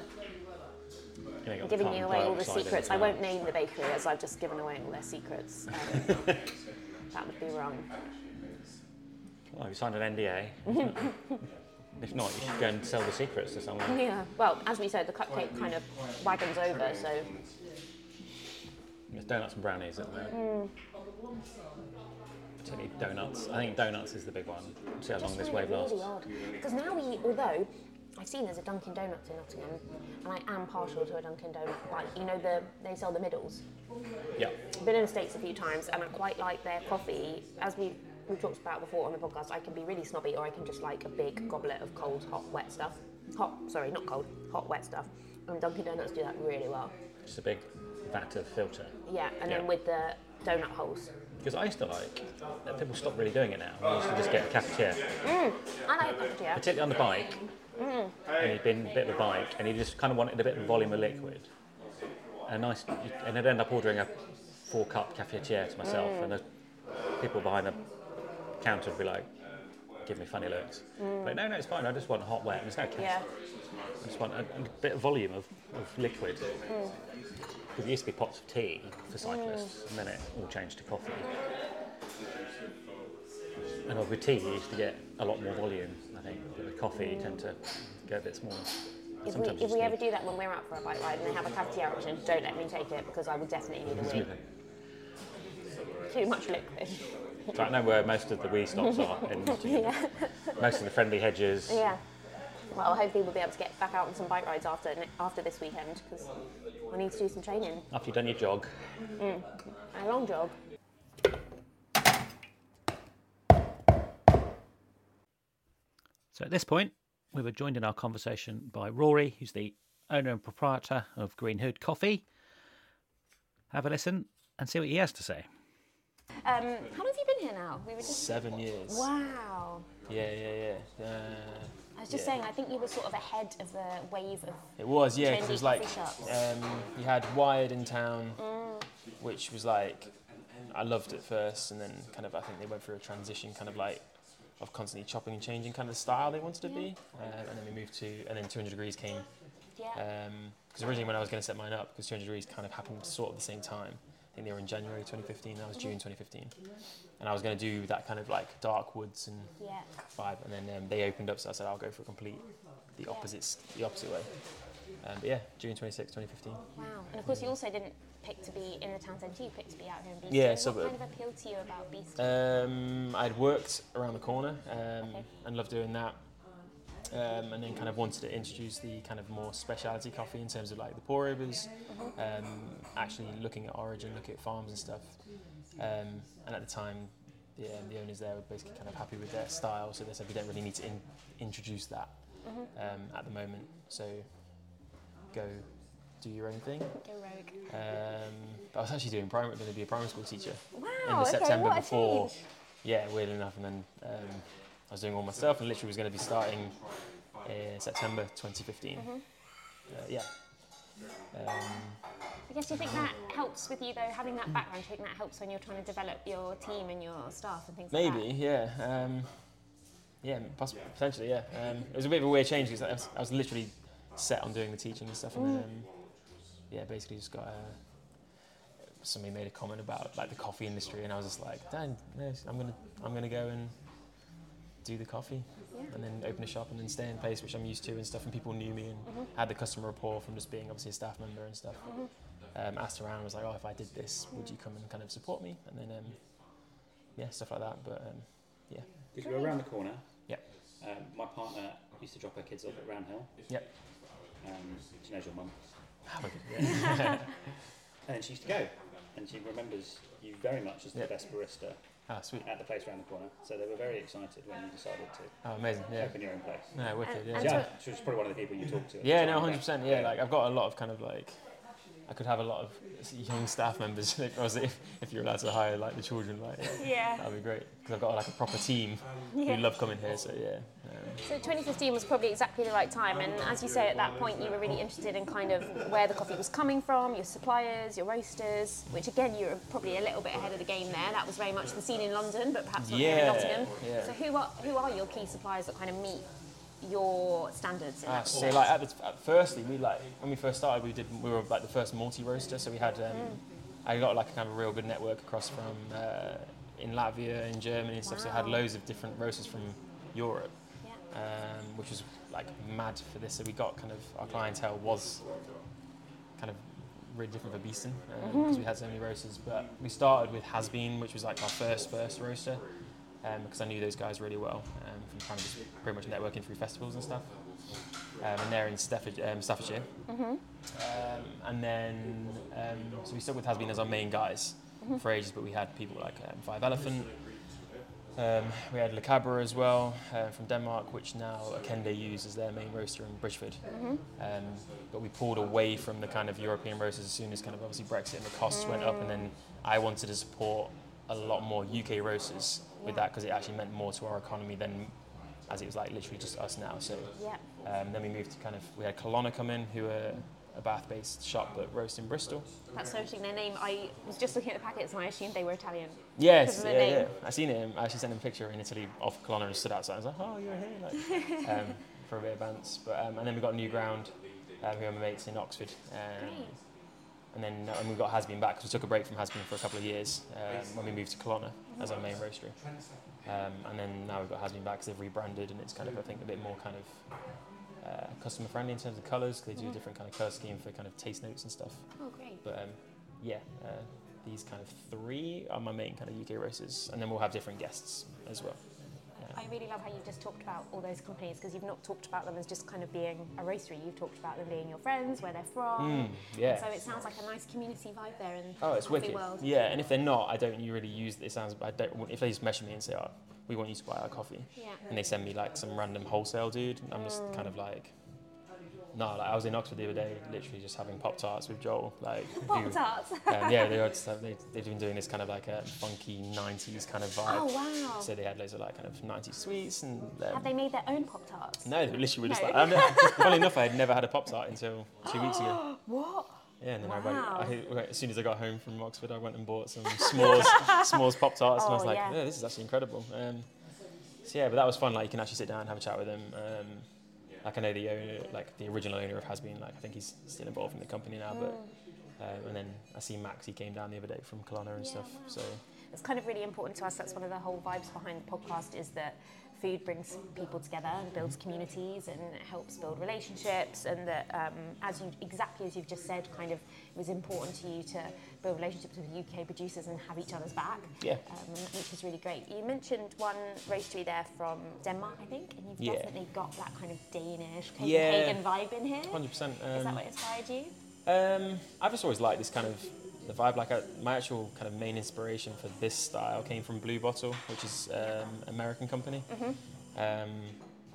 [SPEAKER 3] Giving,
[SPEAKER 4] giving you away all the secrets. I won't name the bakery as I've just given away all their secrets. Um, that would be wrong.
[SPEAKER 3] Well, have Oh, you signed an NDA? if not, you should go and sell the secrets to someone.
[SPEAKER 4] Yeah. Well, as we said, the cupcake kind of wagons over, so
[SPEAKER 3] It's donuts and brownies at the moment.
[SPEAKER 4] Hmm.
[SPEAKER 3] Particularly donuts. I think donuts is the big one. See how long this
[SPEAKER 4] find
[SPEAKER 3] wave
[SPEAKER 4] it
[SPEAKER 3] lasts.
[SPEAKER 4] really odd. Because now we, although I've seen there's a Dunkin' Donuts in Nottingham, and I am partial to a Dunkin' Donut. Like you know, the they sell the middles.
[SPEAKER 3] Yeah.
[SPEAKER 4] I've been in the States a few times and I quite like their coffee. As we we talked about before on the podcast, I can be really snobby or I can just like a big goblet of cold, hot, wet stuff. Hot, sorry, not cold, hot, wet stuff. And Dunkin' Donuts do that really well.
[SPEAKER 3] Just a big vat of filter.
[SPEAKER 4] Yeah, and then
[SPEAKER 3] Yeah.
[SPEAKER 4] with the donut holes.
[SPEAKER 3] Because I used to like, uh, people stop really doing it now. I used to just get a cafetiere,
[SPEAKER 4] I like that, yeah.
[SPEAKER 3] particularly on the bike. And he'd been a bit of a bike, and he just kind of wanted a bit of volume of liquid. And a nice, and I'd end up ordering a four cup cafetiere to myself, and the people behind the counter would be like, give me funny looks. But no, no, it's fine. I just want hot, wet, and it's no case.
[SPEAKER 4] Yeah.
[SPEAKER 3] I just want a, a bit of volume of, of liquid.
[SPEAKER 4] Hmm.
[SPEAKER 3] Because it used to be pots of tea for cyclists, and then it all changed to coffee. And with tea, you used to get a lot more volume, I think. But with coffee, you tend to go a bit smaller.
[SPEAKER 4] If we,
[SPEAKER 3] Sometimes
[SPEAKER 4] if
[SPEAKER 3] you
[SPEAKER 4] we
[SPEAKER 3] just
[SPEAKER 4] ever
[SPEAKER 3] need-
[SPEAKER 4] do that when we're out for a bike ride and they have a cafetiere option, don't let me take it because I will definitely need a wee. Too much liquid.
[SPEAKER 3] In fact, I know where most of the wee stops are, in Nottingham. most of the friendly hedges.
[SPEAKER 4] Yeah. Well, hopefully we'll be able to get back out on some bike rides after ne- after this weekend because I need to do some training.
[SPEAKER 3] After you've done your jog,
[SPEAKER 4] A long jog.
[SPEAKER 1] So at this point, we were joined in our conversation by Rory, who's the owner and proprietor of Green Hood Coffee. Have a listen and see what he has to say.
[SPEAKER 4] Um, how long have you been here now? We were just
[SPEAKER 3] seven years.
[SPEAKER 4] wow.
[SPEAKER 3] Yeah, yeah, yeah.
[SPEAKER 6] Uh,
[SPEAKER 4] I was just saying, I think you were sort of ahead of the wave of.
[SPEAKER 6] It was, yeah, 'cause
[SPEAKER 4] trendy
[SPEAKER 6] it was like
[SPEAKER 4] coffee
[SPEAKER 6] um, you had Wired in town, which was like I loved it first, and then kind of I think they went through a transition, kind of like of constantly chopping and changing, kind of the style they wanted to be, uh, and then we moved to, and then 200 Degrees came
[SPEAKER 4] Yeah.
[SPEAKER 6] because originally when I was going to set mine up, because 200 Degrees kind of happened sort of the same time. I think they were in January 2015, that was June 2015, and I was going to do that kind of like dark woods and
[SPEAKER 4] yeah.
[SPEAKER 6] vibe, and then um, they opened up. So I said, I'll go for a complete, the opposite, s- the opposite way. Um, but yeah, June 26, 2015.
[SPEAKER 4] Wow. And of course, you also didn't pick to be in the town centre. You picked to be out here in Beeston.
[SPEAKER 6] Yeah,
[SPEAKER 4] what
[SPEAKER 6] suburb.
[SPEAKER 4] kind of appealed to you about Beeston?
[SPEAKER 6] Um, I'd worked around the corner um, and loved doing that, um, and then kind of wanted to introduce the kind of more specialty coffee in terms of like the pour overs, um, actually looking at origin, looking at farms and stuff. Um, and at the time, the, um, the owners there were basically kind of happy with their style, so they said we don't really need to in- introduce that um, at the moment. So go do your own thing.
[SPEAKER 4] Go rogue.
[SPEAKER 6] Um, but I was actually doing primary, going to be a primary school teacher in
[SPEAKER 4] Wow.
[SPEAKER 6] the
[SPEAKER 4] Okay.
[SPEAKER 6] September
[SPEAKER 4] what a
[SPEAKER 6] before.
[SPEAKER 4] change.
[SPEAKER 6] Yeah, weird enough, and then um, I was doing all myself, and literally was going to be starting in September 2015.
[SPEAKER 4] Mm-hmm.
[SPEAKER 6] Uh, yeah. Um,
[SPEAKER 4] I guess you think that helps with you though, having that background. Do you think that helps when you're trying to develop your team and your staff and things like that?
[SPEAKER 6] maybe, yeah. Um, yeah, poss- potentially, yeah. Um, it was a bit of a weird change because I was, I was literally set on doing the teaching and stuff, and then, um, yeah, basically just got uh, somebody made a comment about like the coffee industry, and I was just like, "Dan, no, I'm gonna I'm gonna go and do the coffee, and then open a shop, and then stay in place, which I'm used to and stuff." And people knew me and had the customer rapport from just being obviously a staff member and stuff. Um, asked around, was like, "Oh, if I did this, would you come and kind of support me?" And then um, yeah, stuff like that. But um, yeah,
[SPEAKER 3] Because we're around the corner.
[SPEAKER 6] Yep.
[SPEAKER 3] Um, my partner used to drop her kids off at Round Hill.
[SPEAKER 6] Yep.
[SPEAKER 3] Um, she knows your mum.
[SPEAKER 6] have a good yeah.
[SPEAKER 3] And then she used to go. And she remembers you very much as the
[SPEAKER 6] Yep.
[SPEAKER 3] best barista
[SPEAKER 6] Ah, sweet.
[SPEAKER 3] at the place around the corner. So they were very excited when you decided to
[SPEAKER 6] Oh, amazing. Yeah.
[SPEAKER 3] open your own place.
[SPEAKER 6] No, wicked. Yeah.
[SPEAKER 4] and
[SPEAKER 3] Yeah, she was probably one of the people you talked to. at the
[SPEAKER 6] Yeah,
[SPEAKER 3] time
[SPEAKER 6] no,
[SPEAKER 3] about-
[SPEAKER 6] hundred percent. Yeah, like I've got a lot of kind of like, I could have a lot of young staff members. Like, obviously, if, if you're allowed to hire like the children, like
[SPEAKER 4] Yeah.
[SPEAKER 6] that'd be great because I've got like a proper team
[SPEAKER 4] Yeah.
[SPEAKER 6] who love coming here. So yeah, um,
[SPEAKER 4] So 2015 was probably exactly the right time, and as you say, at that point you were really interested in kind of where the coffee was coming from, your suppliers, your roasters, which again you were probably a little bit ahead of the game there. That was very much the scene in London, but perhaps not here in
[SPEAKER 6] Yeah,
[SPEAKER 4] Nottingham.
[SPEAKER 6] yeah.
[SPEAKER 4] So who are who are your key suppliers that kind of meet your standards? In
[SPEAKER 6] Ah,
[SPEAKER 4] that
[SPEAKER 6] so like at, the, at firstly we like when we first started we did we were like the first multi roaster so we had um,
[SPEAKER 4] Mm.
[SPEAKER 6] I got like a kind of a real good network across from uh, in Latvia in Germany and stuff so I had
[SPEAKER 4] Wow.
[SPEAKER 6] loads of different roasters from Europe
[SPEAKER 4] Yeah.
[SPEAKER 6] um, which was like mad for this so we got kind of our clientele was kind of really different for Beeston because
[SPEAKER 4] Mm-hmm.
[SPEAKER 6] we had so many roasters but we started with Has Been which was like our first first roaster um, because I knew those guys really well um, from kind of just pretty much networking through festivals and stuff um, and they're in Stafford, um, Staffordshire. Um, and then, um, so we stuck with Has Been as our main guys for ages, but we had people like um, Five Elephant. Um, we had Le Cabra as well uh, from Denmark, which now Akende use as their main roaster in Bridgeford. Um, but we pulled away from the kind of European roasters as soon as kind of obviously Brexit and the costs went up, and then I wanted to support a lot more UK roasters with that because it actually meant more to our economy than as it was like literally just us now. So
[SPEAKER 4] yeah.
[SPEAKER 6] um, then we moved to kind of, we had Kelowna come in, who were a Bath based shop that roast in Bristol.
[SPEAKER 4] That's so interesting. Their name. I was just looking at the packets and I assumed they were Italian.
[SPEAKER 6] Yes,
[SPEAKER 4] Because of
[SPEAKER 6] yeah,
[SPEAKER 4] the
[SPEAKER 6] yeah.
[SPEAKER 4] name.
[SPEAKER 6] I seen him, I actually sent him a picture in Italy off Kelowna and stood outside. I was like, oh, you're here. Like, um, for a bit of bants. But, um, and then we got New Ground, um, who are my mates in Oxford. Um,
[SPEAKER 4] Great.
[SPEAKER 6] and then uh, and we got Hasbeen back 'cause we took a break from Hasbeen for a couple of years um, when we moved to Kelowna as our main roastery. Um, and then now we've got Hasbeen back 'cause they've rebranded and it's kind of, I think, a bit more kind of uh, customer friendly in terms of colours 'cause they do
[SPEAKER 4] Mm-hmm.
[SPEAKER 6] a different kind of colour scheme for kind of taste notes and stuff.
[SPEAKER 4] Oh, great.
[SPEAKER 6] But um, yeah, uh, these kind of three are my main kind of UK races, and then we'll have different guests as well.
[SPEAKER 4] I really love how you just talked about all those companies because you've not talked about them as just kind of being a roastery. You've talked about them being your friends, where they're from.
[SPEAKER 6] Mm, yeah.
[SPEAKER 4] Oh. So it sounds like a nice community vibe there in
[SPEAKER 6] Oh,
[SPEAKER 4] the
[SPEAKER 6] it's
[SPEAKER 4] coffee
[SPEAKER 6] wicked.
[SPEAKER 4] world.
[SPEAKER 6] Yeah, and if they're not, I don't you really use it. Sounds I don't if they just message me and say, "Oh, we want you to buy our coffee,"
[SPEAKER 4] Yeah.
[SPEAKER 6] and they send me like some random wholesale dude, I'm just
[SPEAKER 4] Oh.
[SPEAKER 6] kind of like. No, like I was in Oxford the other day, literally just having pop tarts with Joel. Like, who-
[SPEAKER 4] Pop tarts.
[SPEAKER 6] um, yeah, they were just, like, they, they've been doing this kind of like a funky '90s kind of vibe.
[SPEAKER 4] Oh wow.
[SPEAKER 6] So they had loads of like kind of '90s sweets and. Um,
[SPEAKER 4] Have they made their own pop tarts?
[SPEAKER 6] No, they literally, we're just
[SPEAKER 4] No.
[SPEAKER 6] like. I've never, funny enough, I had never had a pop tart until two weeks ago.
[SPEAKER 4] What?
[SPEAKER 6] Yeah, and then
[SPEAKER 4] Wow.
[SPEAKER 6] I, went, I as soon as I got home from Oxford, I went and bought some s'mores, s'mores pop tarts, and I was
[SPEAKER 4] Oh,
[SPEAKER 6] like,
[SPEAKER 4] yeah.
[SPEAKER 6] yeah, this is actually incredible. Um, so yeah, but that was fun. Like you can actually sit down and have a chat with them. Um, like I know the owner, like the original owner of Has Been, like I think he's still involved in the company now, but.
[SPEAKER 4] Oh.
[SPEAKER 6] Um, and then I see Max, he came down the other day from Kelowna and stuff. So
[SPEAKER 4] It's kind of really important to us. That's one of the whole vibes behind the podcast is that food brings people together and builds communities and it helps build relationships. And that, um, as you exactly as you've just said, kind of it was important to you to build relationships with UK producers and have each other's back.
[SPEAKER 6] Yeah.
[SPEAKER 4] Um, which is really great. You mentioned one roastery there from Denmark, I think, and you've
[SPEAKER 6] Yeah.
[SPEAKER 4] definitely got that kind of Danish
[SPEAKER 6] Yeah.
[SPEAKER 4] Copenhagen vibe in here.
[SPEAKER 6] 100%. Um,
[SPEAKER 4] Is that what inspired you?
[SPEAKER 6] Um, I've just always liked this kind of the vibe. Like I, my actual kind of main inspiration for this style came from Blue Bottle, which is um, American company, um,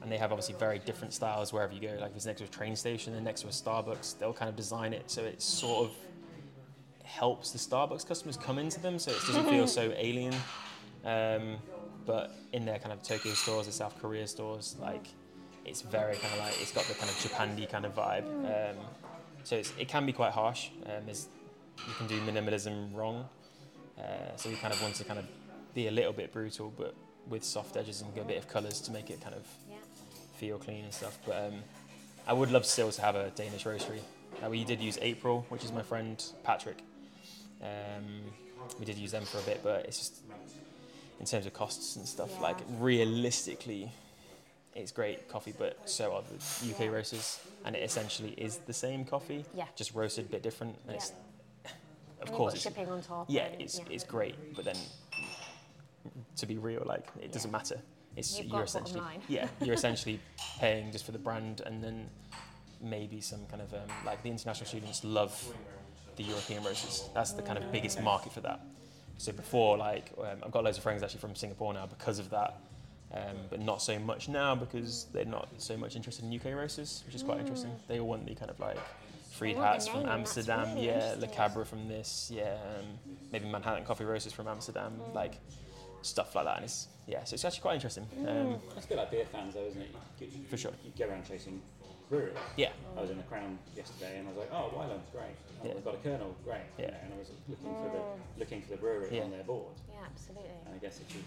[SPEAKER 6] and they have obviously very different styles wherever you go. Like if it's next to a train station, then next to a Starbucks, they'll kind of design it so it sort of helps the Starbucks customers come into them, so it doesn't feel so alien. Um, but in their kind of Tokyo stores, the South Korea stores, like it's very kind of like it's got the kind of Japandi kind of vibe. Um, so it's, it can be quite harsh. Um, there's- you can do minimalism wrong. Uh, so we kind of want to kind of be a little bit brutal, but with soft edges and a bit of colours to make it kind of
[SPEAKER 4] Yeah.
[SPEAKER 6] feel clean and stuff. But um, I would love still to have a Danish roastery. Uh, we did use April, which is my friend Patrick. Um, we did use them for a bit, but it's just in terms of costs and stuff. Like realistically, it's great coffee, but so are the UK
[SPEAKER 4] Yeah.
[SPEAKER 6] roasters, and it essentially is the same coffee,
[SPEAKER 4] Yeah.
[SPEAKER 6] just roasted a bit different. And
[SPEAKER 4] Yeah.
[SPEAKER 6] it's
[SPEAKER 4] And
[SPEAKER 6] of
[SPEAKER 4] you've
[SPEAKER 6] course
[SPEAKER 4] got
[SPEAKER 6] it's
[SPEAKER 4] shipping on top.
[SPEAKER 6] yeah,
[SPEAKER 4] and-
[SPEAKER 6] it's it's great, but then to be real, like it doesn't matter. It's
[SPEAKER 4] You've
[SPEAKER 6] you're
[SPEAKER 4] got bottom
[SPEAKER 6] essentially
[SPEAKER 4] line.
[SPEAKER 6] yeah, you're essentially paying just for the brand, and then maybe some kind of um, like the international students love the European roasters. That's the kind of biggest market for that. So before, like um, I've got loads of friends actually from Singapore now because of that. Um, but not so much now because they're not so much interested in UK roasters, which is quite interesting. They all want the kind of like Fried
[SPEAKER 4] Mm. want the
[SPEAKER 6] Hats
[SPEAKER 4] name,
[SPEAKER 6] from
[SPEAKER 4] that's
[SPEAKER 6] Amsterdam,
[SPEAKER 4] really
[SPEAKER 6] yeah, Le
[SPEAKER 4] interesting.
[SPEAKER 6] Cabra from this, yeah, um, maybe Manhattan Coffee Roasters from Amsterdam,
[SPEAKER 4] Mm.
[SPEAKER 6] like stuff like that. And it's yeah, so it's actually quite interesting.
[SPEAKER 4] Mm.
[SPEAKER 6] Um,
[SPEAKER 3] It's a bit like beer fans, though, isn't it? You, you,
[SPEAKER 6] For sure.
[SPEAKER 3] You go around chasing breweries.
[SPEAKER 6] yeah,
[SPEAKER 3] I was in the Crown yesterday, and I was like, "Oh, Wyland's great. Oh,
[SPEAKER 6] Yeah.
[SPEAKER 3] We've got a Colonel, great." you
[SPEAKER 6] Yeah.
[SPEAKER 3] know, and I was looking for the looking for the brewery
[SPEAKER 6] Yeah.
[SPEAKER 3] on their board.
[SPEAKER 4] Yeah, absolutely.
[SPEAKER 3] And I guess if you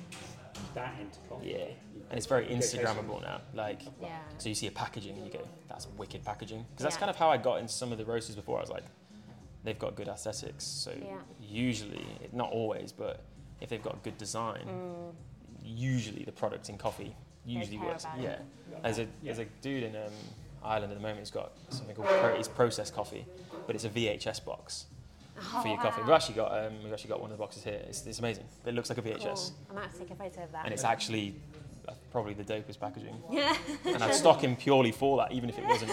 [SPEAKER 3] put that into coffee,
[SPEAKER 6] yeah,
[SPEAKER 3] you-
[SPEAKER 6] and it's very
[SPEAKER 3] you go chasing-
[SPEAKER 6] Instagrammable now. Like
[SPEAKER 4] Yeah.
[SPEAKER 6] So you see a packaging and you go, that's wicked packaging. Because that's
[SPEAKER 4] Yeah.
[SPEAKER 6] kind of how I got into some of the roasters before. I was like, they've got good aesthetics. So
[SPEAKER 4] Yeah.
[SPEAKER 6] usually, not always, but if they've got good design, usually the product in coffee usually
[SPEAKER 4] Mm. care
[SPEAKER 6] works.
[SPEAKER 4] about it.
[SPEAKER 6] Yeah. There's a, there's a dude in um, Ireland at the moment who's got something called Pro, it's processed coffee, but it's a VHS box.
[SPEAKER 4] Oh,
[SPEAKER 6] For your coffee, we've actually got um, we've actually got one of the boxes here. It's, it's amazing. It looks like a VHS,
[SPEAKER 4] Cool. I might have to take a photo of that.
[SPEAKER 6] and it's actually uh, probably the dopest packaging
[SPEAKER 4] yeah.
[SPEAKER 6] and I'd stock him purely for that, even if it wasn't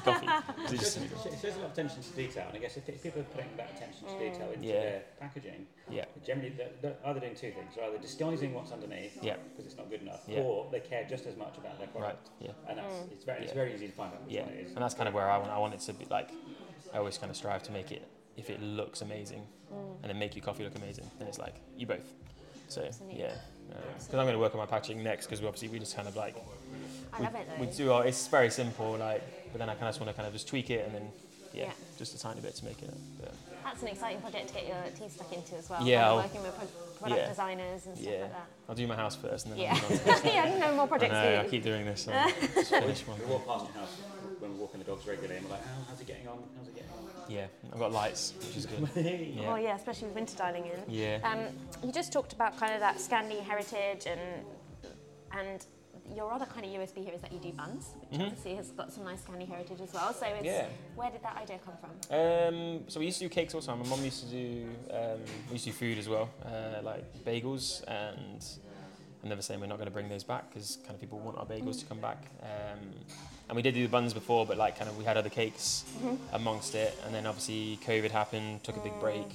[SPEAKER 6] coffee. 'Cause
[SPEAKER 3] It shows,
[SPEAKER 6] it just-
[SPEAKER 3] it shows a lot of attention to detail, and I guess if, if people are putting that attention to detail into
[SPEAKER 6] Mm. Yeah.
[SPEAKER 3] their packaging,
[SPEAKER 6] yeah,
[SPEAKER 3] generally they're, they're either doing two things: they're either disguising what's underneath
[SPEAKER 6] Yeah.
[SPEAKER 3] because it's not good enough,
[SPEAKER 6] Yeah.
[SPEAKER 3] or they care just as much about their
[SPEAKER 6] right,
[SPEAKER 3] product.
[SPEAKER 6] yeah,
[SPEAKER 3] And that's it's very it's
[SPEAKER 6] Yeah.
[SPEAKER 3] very easy to find out which
[SPEAKER 6] yeah.
[SPEAKER 3] one it is.
[SPEAKER 6] And that's kind of where I want. I want it to be like. I always kind of strive to make it if it looks amazing,
[SPEAKER 4] Mm.
[SPEAKER 6] and then make your coffee look amazing. Then it's like you both. So
[SPEAKER 4] Absolutely.
[SPEAKER 6] yeah, because I'm going to work on my packaging next because obviously we just kind of like
[SPEAKER 4] I
[SPEAKER 6] we,
[SPEAKER 4] love it though.
[SPEAKER 6] we do our. It's very simple, like, but then I kind of just want to kind of just tweak it and then. Yeah,
[SPEAKER 4] Yeah.
[SPEAKER 6] just a tiny bit to make it. But
[SPEAKER 4] That's an exciting project to get your teeth stuck into as well.
[SPEAKER 6] Yeah,
[SPEAKER 4] like
[SPEAKER 6] I'll-
[SPEAKER 4] working with pro- product
[SPEAKER 6] yeah.
[SPEAKER 4] designers and stuff
[SPEAKER 6] yeah,
[SPEAKER 4] like that.
[SPEAKER 6] I'll do my house first and then I'll move on to
[SPEAKER 4] Yeah. yeah, no more
[SPEAKER 6] I
[SPEAKER 4] projects.
[SPEAKER 6] know, I
[SPEAKER 4] for you.
[SPEAKER 6] keep doing this. I'll just finish one.
[SPEAKER 3] We walk past your house when we're walking the dogs regularly, and we're like, oh, "How's it getting on? How's it getting on?"
[SPEAKER 6] Yeah, I've got lights, which is good.
[SPEAKER 3] Hey.
[SPEAKER 4] Oh
[SPEAKER 6] Yeah.
[SPEAKER 4] yeah, especially with winter dialing in.
[SPEAKER 6] Yeah.
[SPEAKER 4] Um, you just talked about kind of that Scandi heritage and and your other kind of USB here is that you do buns, which obviously has got some nice Scandi heritage as well. So it's,
[SPEAKER 6] Mm-hmm. Yeah.
[SPEAKER 4] where did that idea come from?
[SPEAKER 6] Um, so we used to do cakes all the time. My mum used to do um, we used to do food as well, uh, like bagels, and I'm never saying we're not going to bring those back because kind of people want our bagels to come back. Um, and we did do the buns before, but like kind of we had other cakes
[SPEAKER 4] Mm-hmm.
[SPEAKER 6] amongst it, and then obviously COVID happened, took a big break,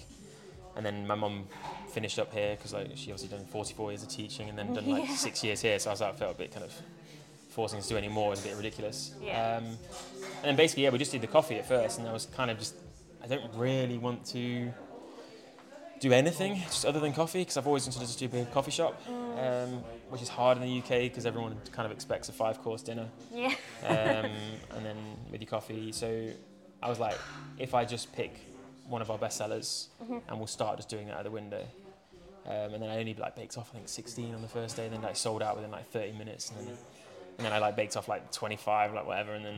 [SPEAKER 6] and then my mum finished up here because like she obviously done 44 years of teaching and then done like
[SPEAKER 4] Yeah.
[SPEAKER 6] six years here, so I was like, I felt a bit kind of forcing us to do any more was a bit ridiculous.
[SPEAKER 4] Yeah.
[SPEAKER 6] Um, and then basically, yeah, we just did the coffee at first, and I was kind of just, I don't really want to do anything just other than coffee because I've always wanted to just do a big coffee shop,
[SPEAKER 4] Mm.
[SPEAKER 6] um, which is hard in the UK because everyone kind of expects a five course dinner
[SPEAKER 4] Yeah.
[SPEAKER 6] um, and then with your coffee. So I was like, if I just pick one of our best sellers and we'll start just doing that at the window. Um, and then I only like baked off I think 16 on the first day, and then like sold out within like 30 minutes, and then, and then I like baked off like 25, like whatever, and then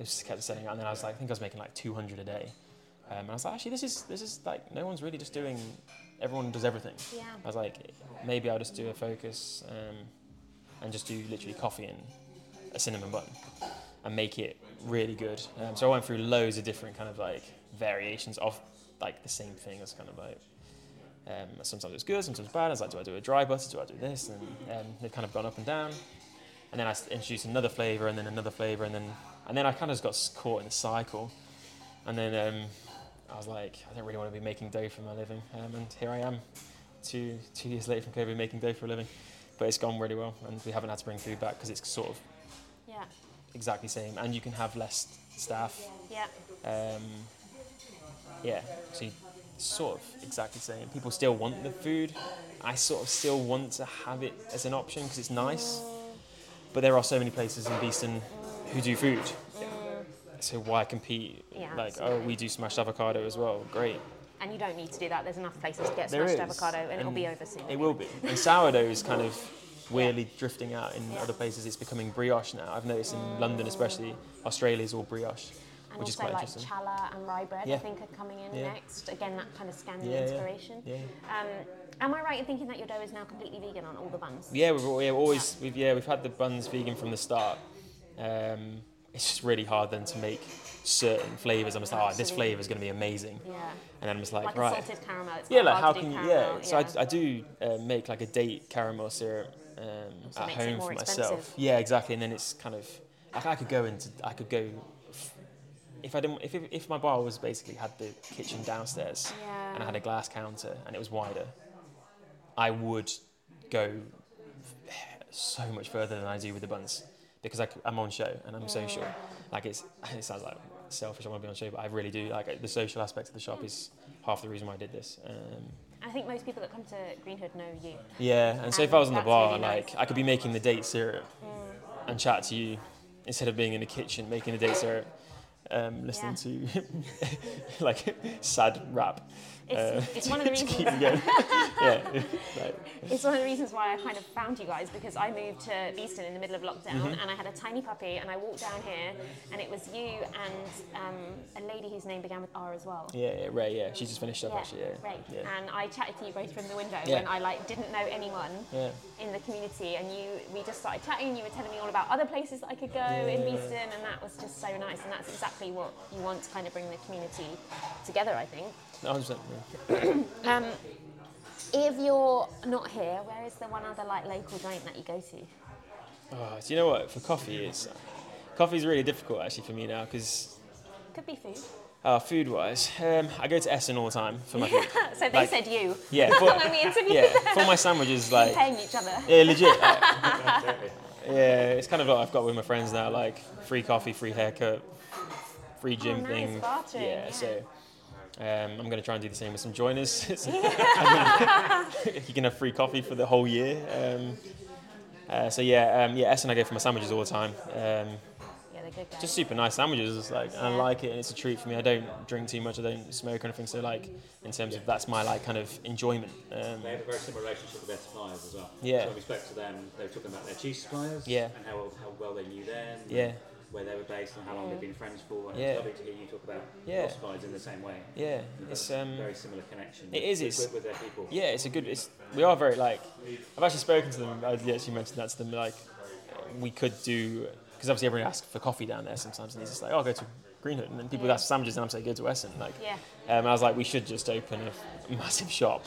[SPEAKER 6] it just kept selling out. And then I was like, I think I was making like 200 a day. Um, and I was like, actually, this is this is like no one's really just doing. Everyone does everything.
[SPEAKER 4] Yeah.
[SPEAKER 6] I was like, maybe I'll just do a focus um, and just do literally coffee and a cinnamon bun and make it really good. Um, so I went through loads of different kind of like variations of like the same thing. It's kind of like um, sometimes it's good, sometimes bad. I was like, do I do a dry butter? Do I do this? And um, they've kind of gone up and down. And then I s- introduced another flavor, and then another flavor, and then and then I kind of just got s- caught in the cycle. And then um, I was like, I don't really want to be making dough for my living. Um, and here I am, two two years later from COVID, making dough for a living. But it's gone really well, and we haven't had to bring food back because it's sort of
[SPEAKER 4] Yeah.
[SPEAKER 6] exactly same, and you can have less staff.
[SPEAKER 4] Yeah.
[SPEAKER 6] Um, yeah, so you sort of exactly same. People still want the food. I sort of still want to have it as an option because it's nice. But there are so many places in Beeston who do food. So why compete?
[SPEAKER 4] Yeah,
[SPEAKER 6] like, oh,
[SPEAKER 4] absolutely.
[SPEAKER 6] we do smashed avocado as well. Great.
[SPEAKER 4] And you don't need to do that. There's enough places to get
[SPEAKER 6] There
[SPEAKER 4] smashed
[SPEAKER 6] is,
[SPEAKER 4] avocado, and, it'll
[SPEAKER 6] and
[SPEAKER 4] be over soon.
[SPEAKER 6] It will be. And sourdough is kind of weirdly drifting out in
[SPEAKER 4] Yeah.
[SPEAKER 6] other places. It's becoming brioche now. I've noticed in London, especially, Australia's all brioche.
[SPEAKER 4] And
[SPEAKER 6] Which is
[SPEAKER 4] also
[SPEAKER 6] quite
[SPEAKER 4] like
[SPEAKER 6] interesting.
[SPEAKER 4] challah and rye bread, I
[SPEAKER 6] Yeah.
[SPEAKER 4] think, are coming in
[SPEAKER 6] Yeah.
[SPEAKER 4] next. Again, that kind of Scandi
[SPEAKER 6] Yeah, yeah.
[SPEAKER 4] inspiration.
[SPEAKER 6] Yeah.
[SPEAKER 4] Um, am I right in thinking that your dough is now completely vegan on all the buns?
[SPEAKER 6] Yeah, we've, al- yeah, we've always we've, yeah we've had the buns vegan from the start. Um, it's just really hard then to make certain flavors. I'm just like, oh, this
[SPEAKER 4] Absolutely.
[SPEAKER 6] flavor is going to be amazing.
[SPEAKER 4] Yeah.
[SPEAKER 6] And then I'm just like,
[SPEAKER 4] Like
[SPEAKER 6] right,
[SPEAKER 4] a salted caramel. It's
[SPEAKER 6] yeah,
[SPEAKER 4] quite
[SPEAKER 6] like how
[SPEAKER 4] hard to do
[SPEAKER 6] can you?
[SPEAKER 4] caramel,
[SPEAKER 6] Yeah, so I, I do uh, make like a date caramel syrup um, at
[SPEAKER 4] makes it
[SPEAKER 6] home
[SPEAKER 4] more
[SPEAKER 6] for
[SPEAKER 4] expensive.
[SPEAKER 6] myself. Yeah, exactly. And then it's kind of like I could go into I could go f- if I didn't if if- if my bar was basically had the kitchen downstairs and I had a glass counter and it was wider, I would go so much further than I do with the buns because I, am on show and I'm social. Like it's it sounds like selfish I want to be on show, but I really do like the social aspect of the shop is half the reason why I did this. Um,
[SPEAKER 4] I think most people that come to Green Hood know you.
[SPEAKER 6] yeah, and so if
[SPEAKER 4] And
[SPEAKER 6] I was on the
[SPEAKER 4] that's
[SPEAKER 6] bar,
[SPEAKER 4] really
[SPEAKER 6] like
[SPEAKER 4] nice.
[SPEAKER 6] I could be making the date syrup and chat to you instead of being in the kitchen making the date syrup, um, listening to like sad rap.
[SPEAKER 4] It's, it's one of the
[SPEAKER 6] to
[SPEAKER 4] reasons.
[SPEAKER 6] keep me going. yeah, right.
[SPEAKER 4] It's one of the reasons why I kind of found you guys because I moved to Beeston in the middle of lockdown
[SPEAKER 6] Mm-hmm.
[SPEAKER 4] and I had a tiny puppy and I walked down here and it was you and um, a lady whose name began with R as well.
[SPEAKER 6] yeah, yeah, right, yeah. She just finished up actually. Yeah,
[SPEAKER 4] right.
[SPEAKER 6] yeah.
[SPEAKER 4] And I chatted to you both from the window
[SPEAKER 6] Yeah.
[SPEAKER 4] when I like didn't know anyone
[SPEAKER 6] Yeah.
[SPEAKER 4] in the community, and you we just started chatting. and You were telling me all about other places that I could go in Beeston, and that was just so nice. And that's exactly what you want to kind of bring the community together, I think.
[SPEAKER 6] No, 100%, yeah.
[SPEAKER 4] Um, if you're not here, where is the one other like local joint that you go to?
[SPEAKER 6] Oh, do you know what? For coffee, it's coffee's really difficult actually for me now because
[SPEAKER 4] Could be food.
[SPEAKER 6] uh, food-wise, um, I go to Essen all the time for my food.
[SPEAKER 4] So they
[SPEAKER 6] Like-
[SPEAKER 4] said you.
[SPEAKER 6] Yeah, but,
[SPEAKER 4] When we interviewed
[SPEAKER 6] yeah,
[SPEAKER 4] them,
[SPEAKER 6] for my sandwiches, like
[SPEAKER 4] paying each other.
[SPEAKER 6] yeah, legit. like- yeah, it's kind of like I've got with my friends now, like free coffee, free haircut, free gym
[SPEAKER 4] Oh, nice,
[SPEAKER 6] thing.
[SPEAKER 4] bartering, yeah.
[SPEAKER 6] so. Um, I'm going to try and do the same with some joiners. So, I mean, you can have free coffee for the whole year. Um, uh, so yeah, um, yeah, Essen I go for my sandwiches all the time. Um,
[SPEAKER 4] Yeah, they're good guys.
[SPEAKER 6] just super nice sandwiches. It's like and I like it, and it's a treat for me. I don't drink too much. I don't smoke or anything. So like, in terms of that's my like kind of enjoyment. Um,
[SPEAKER 3] They have a very similar relationship with their suppliers as well.
[SPEAKER 6] Yeah.
[SPEAKER 3] So in respect to them, they were talking about their cheese suppliers
[SPEAKER 6] Yeah.
[SPEAKER 3] and how, how well they knew them. and
[SPEAKER 6] Yeah.
[SPEAKER 3] Where they were based and how long they've been friends for. And
[SPEAKER 6] Yeah.
[SPEAKER 3] it's lovely to hear you talk about
[SPEAKER 6] Yeah.
[SPEAKER 3] your suppliers in the same way.
[SPEAKER 6] yeah,
[SPEAKER 3] You've got
[SPEAKER 6] it's
[SPEAKER 3] a
[SPEAKER 6] um,
[SPEAKER 3] very similar connection.
[SPEAKER 6] it is,
[SPEAKER 3] with-
[SPEAKER 6] it's-
[SPEAKER 3] with, with their people.
[SPEAKER 6] yeah, it's a good. It's we are very like. I've actually spoken to them. I actually mentioned that to them. Like, we could do because obviously everyone asks for coffee down there sometimes, and he's just like, "Oh, go to Green Hood," and then people ask for sandwiches, and I'm saying, "Go to Essen." Like,
[SPEAKER 4] Yeah.
[SPEAKER 6] um, I was like, we should just open a massive shop,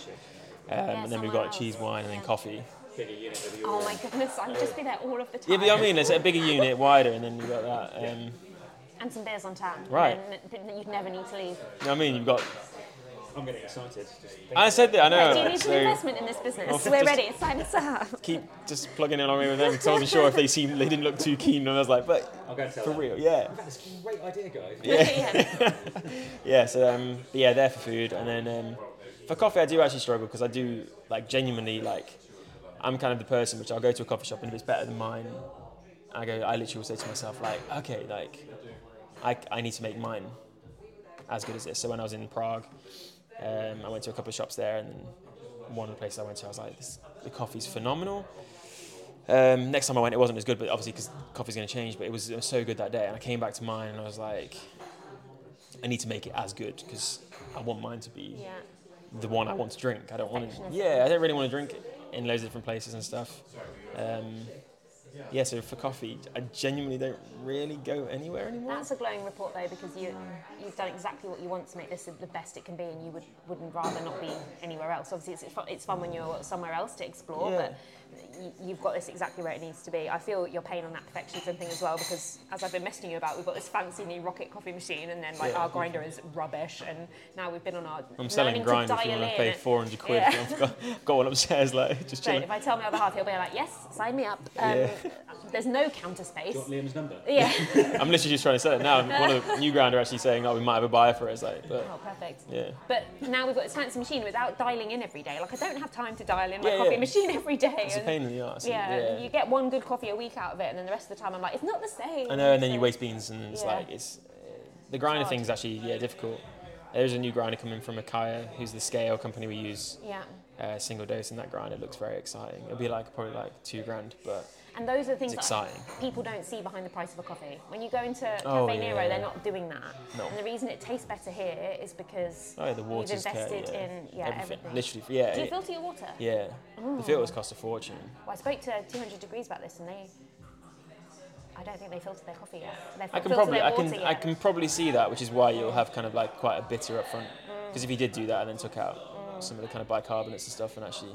[SPEAKER 6] um, and then we've
[SPEAKER 4] somewhere
[SPEAKER 6] got cheese,
[SPEAKER 4] else.
[SPEAKER 6] wine, and then
[SPEAKER 4] Yeah.
[SPEAKER 6] coffee.
[SPEAKER 3] Bigger unit of your
[SPEAKER 4] Oh my goodness, I'd just be there all of the
[SPEAKER 6] Yeah,
[SPEAKER 4] time.
[SPEAKER 6] but I mean, it's a bigger unit, wider, and then you've got that. Um,
[SPEAKER 4] and some beers on tap.
[SPEAKER 6] Right.
[SPEAKER 4] And then you'd never need to leave.
[SPEAKER 6] You know what I mean? You've got.
[SPEAKER 3] I'm getting excited. Just
[SPEAKER 6] I said that. I know.
[SPEAKER 4] Do you need
[SPEAKER 6] so
[SPEAKER 4] some investment in this business?
[SPEAKER 6] Oh,
[SPEAKER 4] We're
[SPEAKER 6] just-
[SPEAKER 4] ready. It's time to start.
[SPEAKER 6] keep just plugging along with them because I wasn't sure if they seemed they didn't look too keen, and I was like, but
[SPEAKER 3] I'll go and tell
[SPEAKER 6] for
[SPEAKER 3] them.
[SPEAKER 6] real, yeah,
[SPEAKER 3] That's a great idea, guys.
[SPEAKER 4] Yeah.
[SPEAKER 6] yeah. So um, but yeah, there for food, and then um, for coffee, I do actually struggle because I do like genuinely like I'm kind of the person which I'll go to a coffee shop and if it's better than mine, I go. I literally will say to myself like, okay, like I, I need to make mine as good as this. So when I was in Prague, um, I went to a couple of shops there, and one of the places I went to, I was like, this, the coffee's phenomenal. Um, next time I went, it wasn't as good, but obviously because coffee's going to change. But it was, it was so good that day, and I came back to mine, and I was like, I need to make it as good because I want mine to be
[SPEAKER 4] yeah.
[SPEAKER 6] the one I want to drink. I don't want to. Yeah, I don't really want to drink it in loads of different places and stuff. Um, yeah, so for coffee, I genuinely don't really go anywhere anymore.
[SPEAKER 4] That's a glowing report though, because you you've done exactly what you want to make this the best it can be, and you would wouldn't rather not be anywhere else. Obviously, it's fu- it's fun when you're somewhere else to explore,
[SPEAKER 6] Yeah.
[SPEAKER 4] but you, you've got this exactly where it needs to be. I feel your pain on that perfectionism thing as well, because as I've been messaging you about, we've got this fancy new rocket coffee machine, and then like
[SPEAKER 6] Yeah.
[SPEAKER 4] our grinder is rubbish, and now we've been on our
[SPEAKER 6] I'm selling
[SPEAKER 4] learning
[SPEAKER 6] grind
[SPEAKER 4] to
[SPEAKER 6] if you
[SPEAKER 4] dial
[SPEAKER 6] want to
[SPEAKER 4] in
[SPEAKER 6] pay
[SPEAKER 4] and-
[SPEAKER 6] 400 quid.
[SPEAKER 4] Yeah.
[SPEAKER 6] I've got, got one upstairs, like just
[SPEAKER 4] Right,
[SPEAKER 6] chilling.
[SPEAKER 4] if I tell my other half, he'll be like, "Yes, sign me up." Um,
[SPEAKER 6] Yeah.
[SPEAKER 4] There's no counter space.
[SPEAKER 3] Got Liam's number.
[SPEAKER 4] Yeah.
[SPEAKER 6] I'm literally just trying to sell it now. One of the new ground are actually saying, "Oh, we might have a buyer for it." It's like, but
[SPEAKER 4] Oh, perfect.
[SPEAKER 6] yeah,
[SPEAKER 4] But now we've got this fancy machine without dialing in every day. Like I don't have time to dial in my
[SPEAKER 6] Yeah,
[SPEAKER 4] coffee
[SPEAKER 6] yeah.
[SPEAKER 4] machine every day.
[SPEAKER 6] it's a
[SPEAKER 4] and-
[SPEAKER 6] pain in the arse.
[SPEAKER 4] yeah,
[SPEAKER 6] yeah.
[SPEAKER 4] you get one good coffee a week out of it, and then the rest of the time I'm like, it's not the same.
[SPEAKER 6] I know, and then you
[SPEAKER 4] So-
[SPEAKER 6] waste beans, and it's
[SPEAKER 4] Yeah.
[SPEAKER 6] like it's uh, the grinder
[SPEAKER 4] hard.
[SPEAKER 6] thing's actually yeah difficult. There's a new grinder coming from Akaya, who's the scale company we use.
[SPEAKER 4] Yeah,
[SPEAKER 6] Uh, single dose in that grinder looks very exciting. It'll be like probably like two grand, but
[SPEAKER 4] and And those are the things
[SPEAKER 6] It's
[SPEAKER 4] that
[SPEAKER 6] exciting.
[SPEAKER 4] people don't see behind the price of a coffee. When you go into Cafe
[SPEAKER 6] Oh,
[SPEAKER 4] Nero,
[SPEAKER 6] yeah.
[SPEAKER 4] they're not doing that.
[SPEAKER 6] No.
[SPEAKER 4] And the reason it tastes better here is because
[SPEAKER 6] Oh, yeah, the
[SPEAKER 4] you've
[SPEAKER 6] water's kept,
[SPEAKER 4] invested
[SPEAKER 6] yeah.
[SPEAKER 4] in yeah,
[SPEAKER 6] everything.
[SPEAKER 4] everything.
[SPEAKER 6] Literally, yeah.
[SPEAKER 4] Do you
[SPEAKER 6] it-
[SPEAKER 4] filter your water?
[SPEAKER 6] yeah. The filters cost a fortune.
[SPEAKER 4] Well, I spoke to 200 Degrees about this, and they. I don't think they filter their coffee yet. They've
[SPEAKER 6] I can
[SPEAKER 4] filtered
[SPEAKER 6] probably,
[SPEAKER 4] their
[SPEAKER 6] I
[SPEAKER 4] water Mm.
[SPEAKER 6] can,
[SPEAKER 4] yet.
[SPEAKER 6] I can probably see that, which is why you'll have kind of like quite a bitter up front.
[SPEAKER 4] Mm.
[SPEAKER 6] Because if you did do that and then took out some of the kind of bicarbonates and stuff and actually,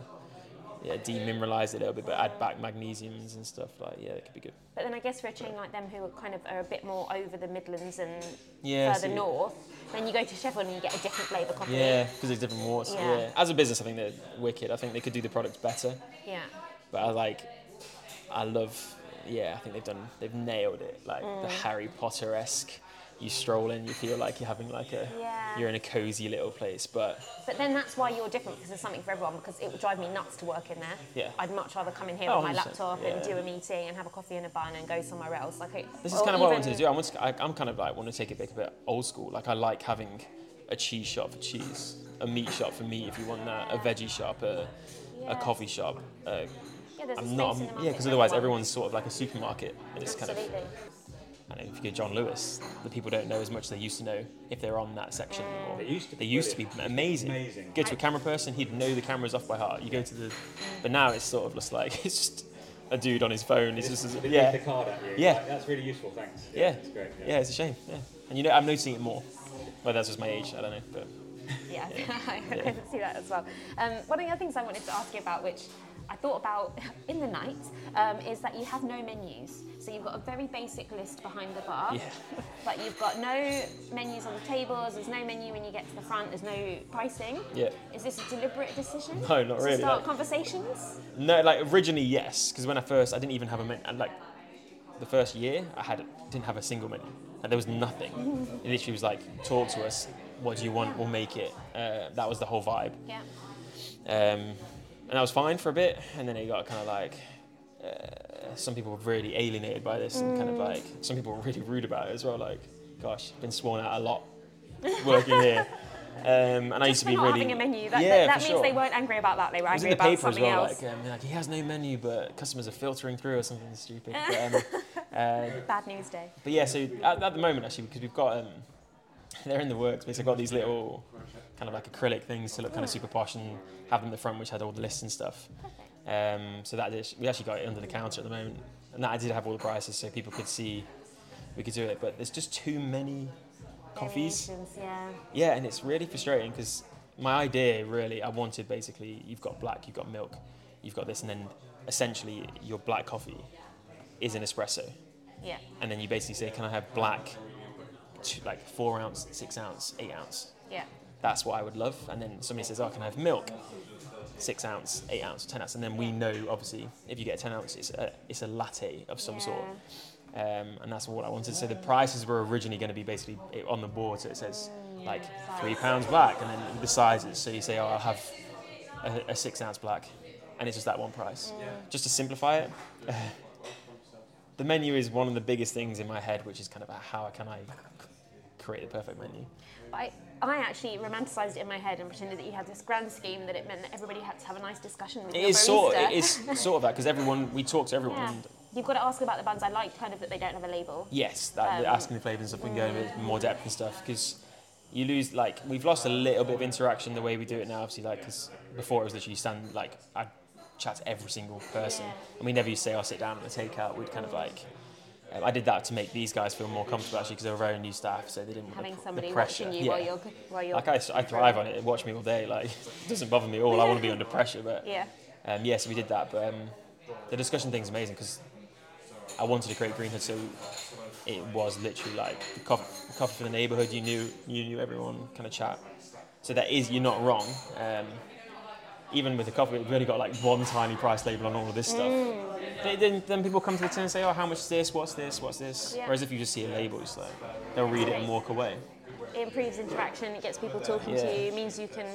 [SPEAKER 6] yeah, demineralize it a little bit, but add back magnesiums and stuff, like yeah, it could be good.
[SPEAKER 4] But then I guess for a chain like them who are kind of are a bit more over the Midlands and
[SPEAKER 6] Yeah, I
[SPEAKER 4] further
[SPEAKER 6] see.
[SPEAKER 4] north, then you go to Sheffield and you get a different flavour coffee.
[SPEAKER 6] Yeah, because there's different waters.
[SPEAKER 4] Yeah.
[SPEAKER 6] Yeah. As a business, I think they're wicked. I think they could do the product better,
[SPEAKER 4] Yeah.
[SPEAKER 6] but I like, I love. Yeah, I think they've done, they've nailed it. Like the
[SPEAKER 4] Mm.
[SPEAKER 6] Harry Potter esque. You stroll in, you feel like you're having like a,
[SPEAKER 4] Yeah.
[SPEAKER 6] you're in a cozy little place, but
[SPEAKER 4] But then that's why you're different because there's something for everyone because it would drive me nuts to work in there.
[SPEAKER 6] Yeah.
[SPEAKER 4] I'd much rather come in here
[SPEAKER 6] Oh,
[SPEAKER 4] on my
[SPEAKER 6] 100%,
[SPEAKER 4] laptop and
[SPEAKER 6] yeah.
[SPEAKER 4] do a meeting and have a coffee and a bun and go somewhere else. Like it,
[SPEAKER 6] This is
[SPEAKER 4] or
[SPEAKER 6] kind of what I wanted
[SPEAKER 4] even-
[SPEAKER 6] to do. I want to, I, I'm kind of like want to take it back a bit old school. Like I like having a cheese shop for cheese, a meat shop for meat if you want that, a veggie shop, a, a
[SPEAKER 4] Yeah.
[SPEAKER 6] coffee shop. Uh,
[SPEAKER 4] Yeah, there's a
[SPEAKER 6] I'm
[SPEAKER 4] space
[SPEAKER 6] not,
[SPEAKER 4] in the
[SPEAKER 6] yeah,
[SPEAKER 4] market
[SPEAKER 6] because
[SPEAKER 4] for
[SPEAKER 6] otherwise
[SPEAKER 4] everyone.
[SPEAKER 6] everyone's sort of like a supermarket, and it's kind of.
[SPEAKER 4] Absolutely.
[SPEAKER 6] I don't know, if you go John Lewis, the people don't know as much as they used to know if they're on that section anymore.
[SPEAKER 3] They used to
[SPEAKER 6] They
[SPEAKER 3] be
[SPEAKER 6] used to be amazing.
[SPEAKER 3] Amazing.
[SPEAKER 6] Go to a camera person, he'd know the cameras off by heart. You go to the, but now it's sort of just like it's just a dude on his phone. It's just
[SPEAKER 3] They
[SPEAKER 6] yeah.
[SPEAKER 3] leave the card at you.
[SPEAKER 6] Yeah.
[SPEAKER 3] Like, that's really useful. Thanks.
[SPEAKER 6] Yeah,
[SPEAKER 3] That's great.
[SPEAKER 6] Yeah. it's a shame. Yeah, and you know, I'm noticing it more. Whether that's just my age, I don't know. But
[SPEAKER 4] Yeah, I can see that as well. Um, one of the other things I wanted to ask you about, which I thought about in the night, um, is that you have no menus. So you've got a very basic list behind the bar,
[SPEAKER 6] Yeah.
[SPEAKER 4] but you've got no menus on the tables. There's no menu when you get to the front. There's no pricing.
[SPEAKER 6] Yeah.
[SPEAKER 4] Is this a deliberate decision?
[SPEAKER 6] No, not
[SPEAKER 4] to
[SPEAKER 6] really,
[SPEAKER 4] Start
[SPEAKER 6] like-
[SPEAKER 4] conversations.
[SPEAKER 6] no, like originally, yes, because when I first, I didn't even have a menu. Like the first year, I had didn't have a single menu. Like there was nothing. It literally was like, talk to us. What do you want? We'll make it. Uh, that was the whole vibe.
[SPEAKER 4] Yeah.
[SPEAKER 6] Um, and that was fine for a bit, and then it got kind of like uh, some people were really alienated by this, and kind of like
[SPEAKER 4] Mm.
[SPEAKER 6] some people were really rude about it as well. Like, gosh, been sworn at a lot working here. Um, and I used to
[SPEAKER 4] For
[SPEAKER 6] be
[SPEAKER 4] not
[SPEAKER 6] really
[SPEAKER 4] having a menu. That,
[SPEAKER 6] yeah,
[SPEAKER 4] that, that
[SPEAKER 6] for
[SPEAKER 4] means
[SPEAKER 6] sure.
[SPEAKER 4] they weren't angry about that. They were
[SPEAKER 6] It was
[SPEAKER 4] angry
[SPEAKER 6] in the
[SPEAKER 4] about
[SPEAKER 6] paper as
[SPEAKER 4] something
[SPEAKER 6] well,
[SPEAKER 4] else.
[SPEAKER 6] like, um, like he has no menu, but customers are filtering through or something stupid. But, um, uh,
[SPEAKER 4] Bad news day.
[SPEAKER 6] but yeah, so at, at the moment actually, because we've got um, they're in the works, basically. I've got these little kind of like acrylic things to look kind of super posh and have them at the front, which had all the lists and stuff. Um, so that is, we actually got it under the counter at the moment, and that I did have all the prices, so people could see we could do it. But there's just too many coffees.
[SPEAKER 4] Variations, Yeah.
[SPEAKER 6] Yeah, and it's really frustrating because my idea really, I wanted basically you've got black, you've got milk, you've got this, and then essentially your black coffee is an espresso.
[SPEAKER 4] Yeah.
[SPEAKER 6] And then you basically say, Can I have black, two, like four ounce, six ounce, eight ounce?
[SPEAKER 4] Yeah.
[SPEAKER 6] That's what I would love. And then somebody says, Oh, can I have milk? Six ounce, eight ounce, ten ounce. And then we know, obviously, if you get a 10 ounce, it's a, it's a latte of some sort.
[SPEAKER 4] Yeah.
[SPEAKER 6] Um, and that's what I wanted. So the prices were originally going to be basically it- on the board. So it says like three pounds black, and then the sizes. So you say, oh, I'll have a, a six ounce black, and it's just that one price. Just to simplify it, the menu is one of the biggest things in my head, which is kind of how can I c- create the perfect menu?
[SPEAKER 4] I, I actually romanticised it in my head and pretended that you had this grand scheme that it meant that everybody had to have a nice discussion with
[SPEAKER 6] It
[SPEAKER 4] your
[SPEAKER 6] is
[SPEAKER 4] barista.
[SPEAKER 6] sort, it is sort of that because everyone we talk to everyone.
[SPEAKER 4] yeah.
[SPEAKER 6] And
[SPEAKER 4] You've got to ask about the buns. I like kind of that they don't have a label.
[SPEAKER 6] Yes, that, the
[SPEAKER 4] Um,
[SPEAKER 6] asking the flavours and stuff and going a bit more depth and stuff because you lose like we've lost a little bit of interaction the way we do it now. Obviously, like because before it was literally stand like I'd chat to every single person
[SPEAKER 4] Yeah.
[SPEAKER 6] and we never used to say I'll sit down at the takeout. We'd kind of like. um, I did that to make these guys feel more comfortable actually because they were very new staff, so they didn't want
[SPEAKER 4] Having
[SPEAKER 6] the, pr-
[SPEAKER 4] somebody
[SPEAKER 6] the pressure.
[SPEAKER 4] watching you
[SPEAKER 6] yeah.
[SPEAKER 4] while you're while you're
[SPEAKER 6] like I, s- I thrive on it. Watch me all day. Like it doesn't bother me at all. I want to be under pressure, but
[SPEAKER 4] Yeah.
[SPEAKER 6] um, yes, we did that, but um, the discussion thing's amazing because I wanted to create Greenhood, so it was literally like the coffee, coffee for the neighbourhood. You knew, you knew everyone, kind of chat. So that is, you're not wrong. Um, even with the coffee, we've only got like one tiny price label on all of this stuff.
[SPEAKER 4] Mm.
[SPEAKER 6] They- Then, then people come to the tin and say, "Oh, how much is this? What's this? What's this?"
[SPEAKER 4] Yeah.
[SPEAKER 6] Whereas if you just see a label, it's like they'll read it and walk away.
[SPEAKER 4] It improves interaction. It gets people talking to
[SPEAKER 6] Yeah.
[SPEAKER 4] you. It means you can,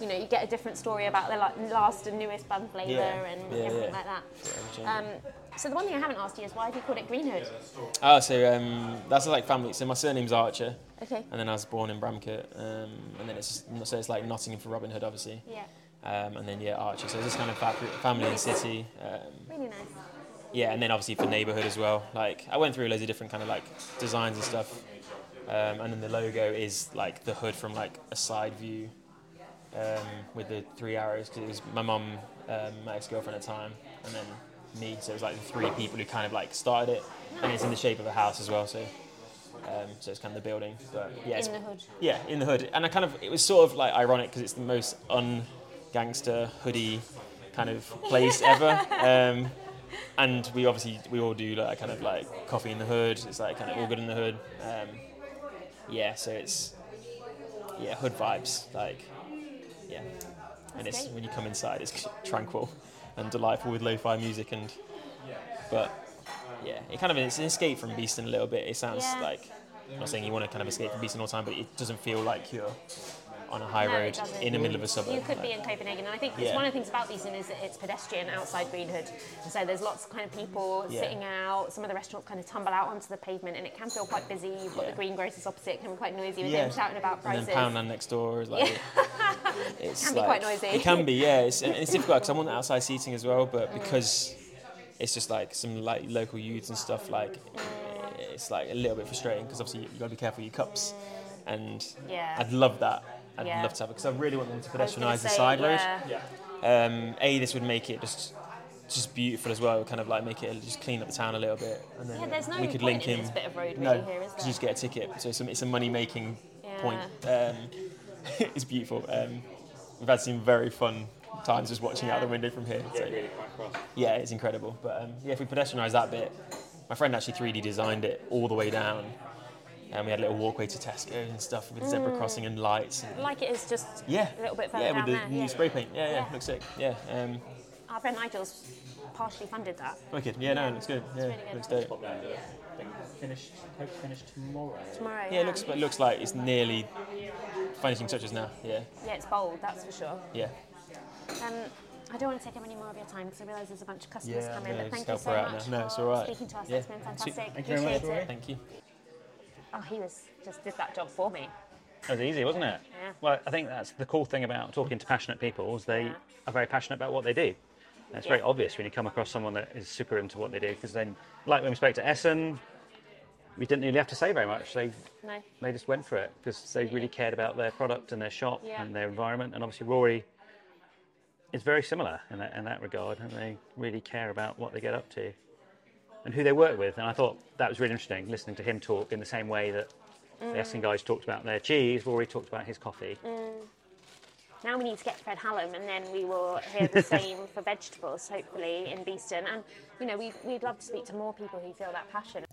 [SPEAKER 4] you know, you get a different story about the la- last and newest bun flavour
[SPEAKER 6] Yeah.
[SPEAKER 4] and
[SPEAKER 6] Yeah,
[SPEAKER 4] everything
[SPEAKER 6] yeah.
[SPEAKER 4] like that.
[SPEAKER 6] Forever changing.
[SPEAKER 4] Um, so the one thing I haven't asked you is why have you called it Green Hood?
[SPEAKER 6] Oh, so um, that's like family. So my surname's Archer.
[SPEAKER 4] Okay.
[SPEAKER 6] And then I was born in Bramcote, um, and then it's so it's like Nottingham for Robin Hood, obviously.
[SPEAKER 4] Yeah.
[SPEAKER 6] Um, and then yeah, Archer. So it's just kind of fa- family and city. Um,
[SPEAKER 4] Really nice.
[SPEAKER 6] yeah, and then obviously for neighborhood as well. Like I went through loads of different kind of like designs and stuff, um, and then the logo is like the hood from like a side view um, with the three arrows because it was my mum, um, my ex girlfriend at the time, and then me. So it was like the three people who kind of like started it, and it's in the shape of a house as well. So. Um, so it's kind of the building, but yeah, it's,
[SPEAKER 4] In the hood.
[SPEAKER 6] yeah, in the hood, and I kind of it was sort of like ironic because it's the most un-gangster hoodie kind of place ever. Um, and we obviously we all do like kind of like coffee in the hood. It's like kind of all good in the hood. Um, yeah, so it's yeah hood vibes like yeah, and it's
[SPEAKER 4] great.
[SPEAKER 6] when you come inside it's tranquil and delightful with lo-fi music and but yeah, it kind of it's an escape from Beeston a little bit. It sounds
[SPEAKER 4] Yeah.
[SPEAKER 6] like I'm not saying you want to kind of escape from Beeston all the time, but it doesn't feel like you're on a high
[SPEAKER 4] No, it
[SPEAKER 6] road
[SPEAKER 4] doesn't.
[SPEAKER 6] in the middle of a suburb.
[SPEAKER 4] You could be
[SPEAKER 6] like-
[SPEAKER 4] in Copenhagen, and I think
[SPEAKER 6] Yeah.
[SPEAKER 4] it's one of the things about Beeson is that it's pedestrian outside Green Hood, and so there's lots of kind of people
[SPEAKER 6] Yeah.
[SPEAKER 4] sitting out. Some of the restaurants kind of tumble out onto the pavement, and it can feel quite busy. You've got
[SPEAKER 6] Yeah.
[SPEAKER 4] the greengrocers opposite, it can be quite noisy with
[SPEAKER 6] Yeah.
[SPEAKER 4] them shouting about
[SPEAKER 6] and
[SPEAKER 4] prices.
[SPEAKER 6] then Poundland next door is like it's
[SPEAKER 4] Can be
[SPEAKER 6] like-
[SPEAKER 4] quite noisy. Mm.
[SPEAKER 6] It can be, yeah. It's, and it's difficult because I want outside seating as well, but because it's just like some like local youths and stuff, like it's like a little bit frustrating because obviously you got to be careful with your cups, and
[SPEAKER 4] Yeah.
[SPEAKER 6] I'd love that. I'd
[SPEAKER 4] Yeah.
[SPEAKER 6] love to have it because I really want them to
[SPEAKER 4] was gonna
[SPEAKER 6] pedestrianise the
[SPEAKER 4] say,
[SPEAKER 6] side road.
[SPEAKER 4] yeah.
[SPEAKER 6] um, a this would make it just just beautiful as well kind of like make it just clean up the town a little bit and then
[SPEAKER 4] Yeah, there's no
[SPEAKER 6] we could
[SPEAKER 4] point
[SPEAKER 6] link
[SPEAKER 4] in
[SPEAKER 6] in
[SPEAKER 4] this bit of road
[SPEAKER 6] no
[SPEAKER 4] really here, is
[SPEAKER 6] 'cause you just get a ticket so it's a, it's a money making point um, it's beautiful um, we've had some very fun times just watching out the window from here so yeah it's incredible but um, yeah if we pedestrianise that bit my friend actually 3D designed it all the way down and we had a little walkway to Tesco and stuff with zebra crossing and lights and
[SPEAKER 4] Like it is just
[SPEAKER 6] yeah,
[SPEAKER 4] a Mm. little bit further
[SPEAKER 6] yeah,
[SPEAKER 4] down
[SPEAKER 6] with the
[SPEAKER 4] there.
[SPEAKER 6] new
[SPEAKER 4] yeah.
[SPEAKER 6] spray paint. Yeah, yeah,
[SPEAKER 4] Yeah.
[SPEAKER 6] looks sick. Yeah, um,
[SPEAKER 4] Our friend Nigel's partially funded that.
[SPEAKER 6] Wicked. Yeah, no, it looks good. Yeah,
[SPEAKER 4] really good.
[SPEAKER 6] looks dope.
[SPEAKER 3] Finish, hope to finish tomorrow.
[SPEAKER 4] Tomorrow, um,
[SPEAKER 6] Yeah, it looks, but it looks like it's nearly finishing touches now. Yeah,
[SPEAKER 4] yeah, it's bold, that's for sure.
[SPEAKER 6] yeah.
[SPEAKER 4] Um, I don't want to take up any more of your time because I realise there's a bunch of customers
[SPEAKER 6] Yeah,
[SPEAKER 4] coming.
[SPEAKER 6] no,
[SPEAKER 4] but
[SPEAKER 6] just
[SPEAKER 4] thank you
[SPEAKER 6] help
[SPEAKER 4] so
[SPEAKER 6] her out
[SPEAKER 4] much
[SPEAKER 6] now. No, it's
[SPEAKER 4] for
[SPEAKER 6] all right.
[SPEAKER 4] speaking to us.
[SPEAKER 6] Yeah.
[SPEAKER 4] It's been
[SPEAKER 6] Sweet.
[SPEAKER 4] fantastic.
[SPEAKER 3] Thank you very much,
[SPEAKER 4] Appreciate
[SPEAKER 3] Rory.
[SPEAKER 4] it.
[SPEAKER 6] Thank you.
[SPEAKER 4] Oh, he was just did that job for me.
[SPEAKER 3] That was easy, wasn't it?
[SPEAKER 4] Yeah.
[SPEAKER 3] Well, I think that's the cool thing about talking to passionate people is they
[SPEAKER 4] Yeah.
[SPEAKER 3] are very passionate about what they do. And it's very
[SPEAKER 4] Yeah.
[SPEAKER 3] obvious when you come across someone that is super into what they do because then, like when we spoke to Essen, we didn't really have to say very much. They
[SPEAKER 4] No.
[SPEAKER 3] they just went for it because they really cared about their product and their shop
[SPEAKER 4] Yeah.
[SPEAKER 3] and their environment. And obviously, Rory is very similar in that, in that regard, and they really care about what they get up to and who they work with. And I thought that was really interesting listening to him talk in the same way that the Essen guys talked about their cheese, Rory talked about his coffee.
[SPEAKER 4] Now we need to get to Fred Hallam, and then we will hear the same for vegetables, hopefully in Beeston. And you know, we we'd love to speak to more people who feel that passion.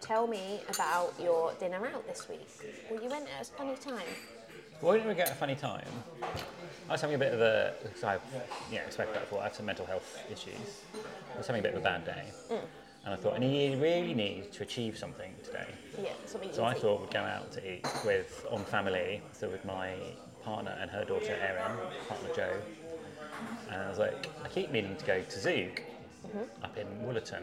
[SPEAKER 4] Tell me about your dinner out this week. Well, you went at a funny time.
[SPEAKER 3] Why didn't we get a funny time? I was having a bit of a, because I've, yeah, I spoke about it before, I have some mental health issues. I was having a bit of a bad day. And I thought, I need, really need to achieve something today.
[SPEAKER 4] Yeah, something easy.
[SPEAKER 3] So I thought we'd go out to eat with on family, so with my partner and her daughter Erin, partner Joe. And I was like, I keep meaning to go to Zook up in Woollerton.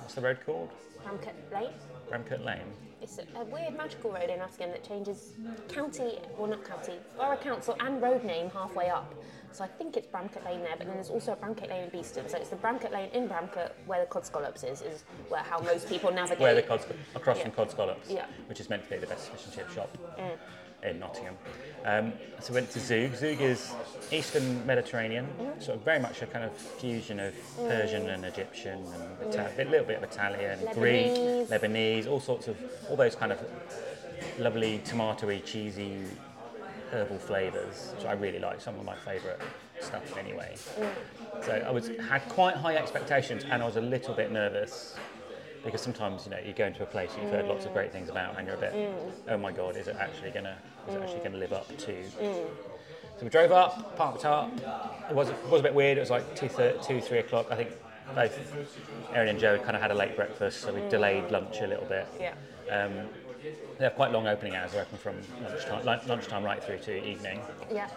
[SPEAKER 3] What's the road called?
[SPEAKER 4] Ramcote Lane.
[SPEAKER 3] Bramcote Lane.
[SPEAKER 4] It's a, a weird magical road in Nottingham that changes county, well not county, borough council and road name halfway up. So I think it's Bramcote Lane there, but then there's also a Bramcote Lane in Beeston. So it's the Bramcote Lane in Bramcote where the Cod Scallops is, is where how most people navigate.
[SPEAKER 3] Where the cod, across from
[SPEAKER 4] Yeah.
[SPEAKER 3] Cod Scallops,
[SPEAKER 4] Yeah. Mm.
[SPEAKER 3] which is meant to be the best fish and chip shop in Nottingham. Um, so we went to Zug. Zug is Eastern Mediterranean,
[SPEAKER 4] Mm.
[SPEAKER 3] sort of very much a kind of fusion of Persian and Egyptian and Ita- a little bit of Italian,
[SPEAKER 4] Mm. Lebanese.
[SPEAKER 3] Greek, Lebanese, all sorts of all those kind of lovely tomatoey, cheesy herbal flavours, which I really like. Some of my favourite stuff anyway. So I was had quite high expectations, and I was a little bit nervous because sometimes you know you go into a place you've heard lots of great things about, and you're a bit, oh my god, is it actually gonna is it actually gonna live up to? So we drove up, parked up. It was it was a bit weird. It was like two, thir- two three o'clock. I think both Erin and Joe kind of had a late breakfast, so we delayed lunch a little bit.
[SPEAKER 4] Yeah.
[SPEAKER 3] Um, they have quite long opening hours. They're open from lunchtime, lun- lunchtime right through to evening.
[SPEAKER 4] Yeah.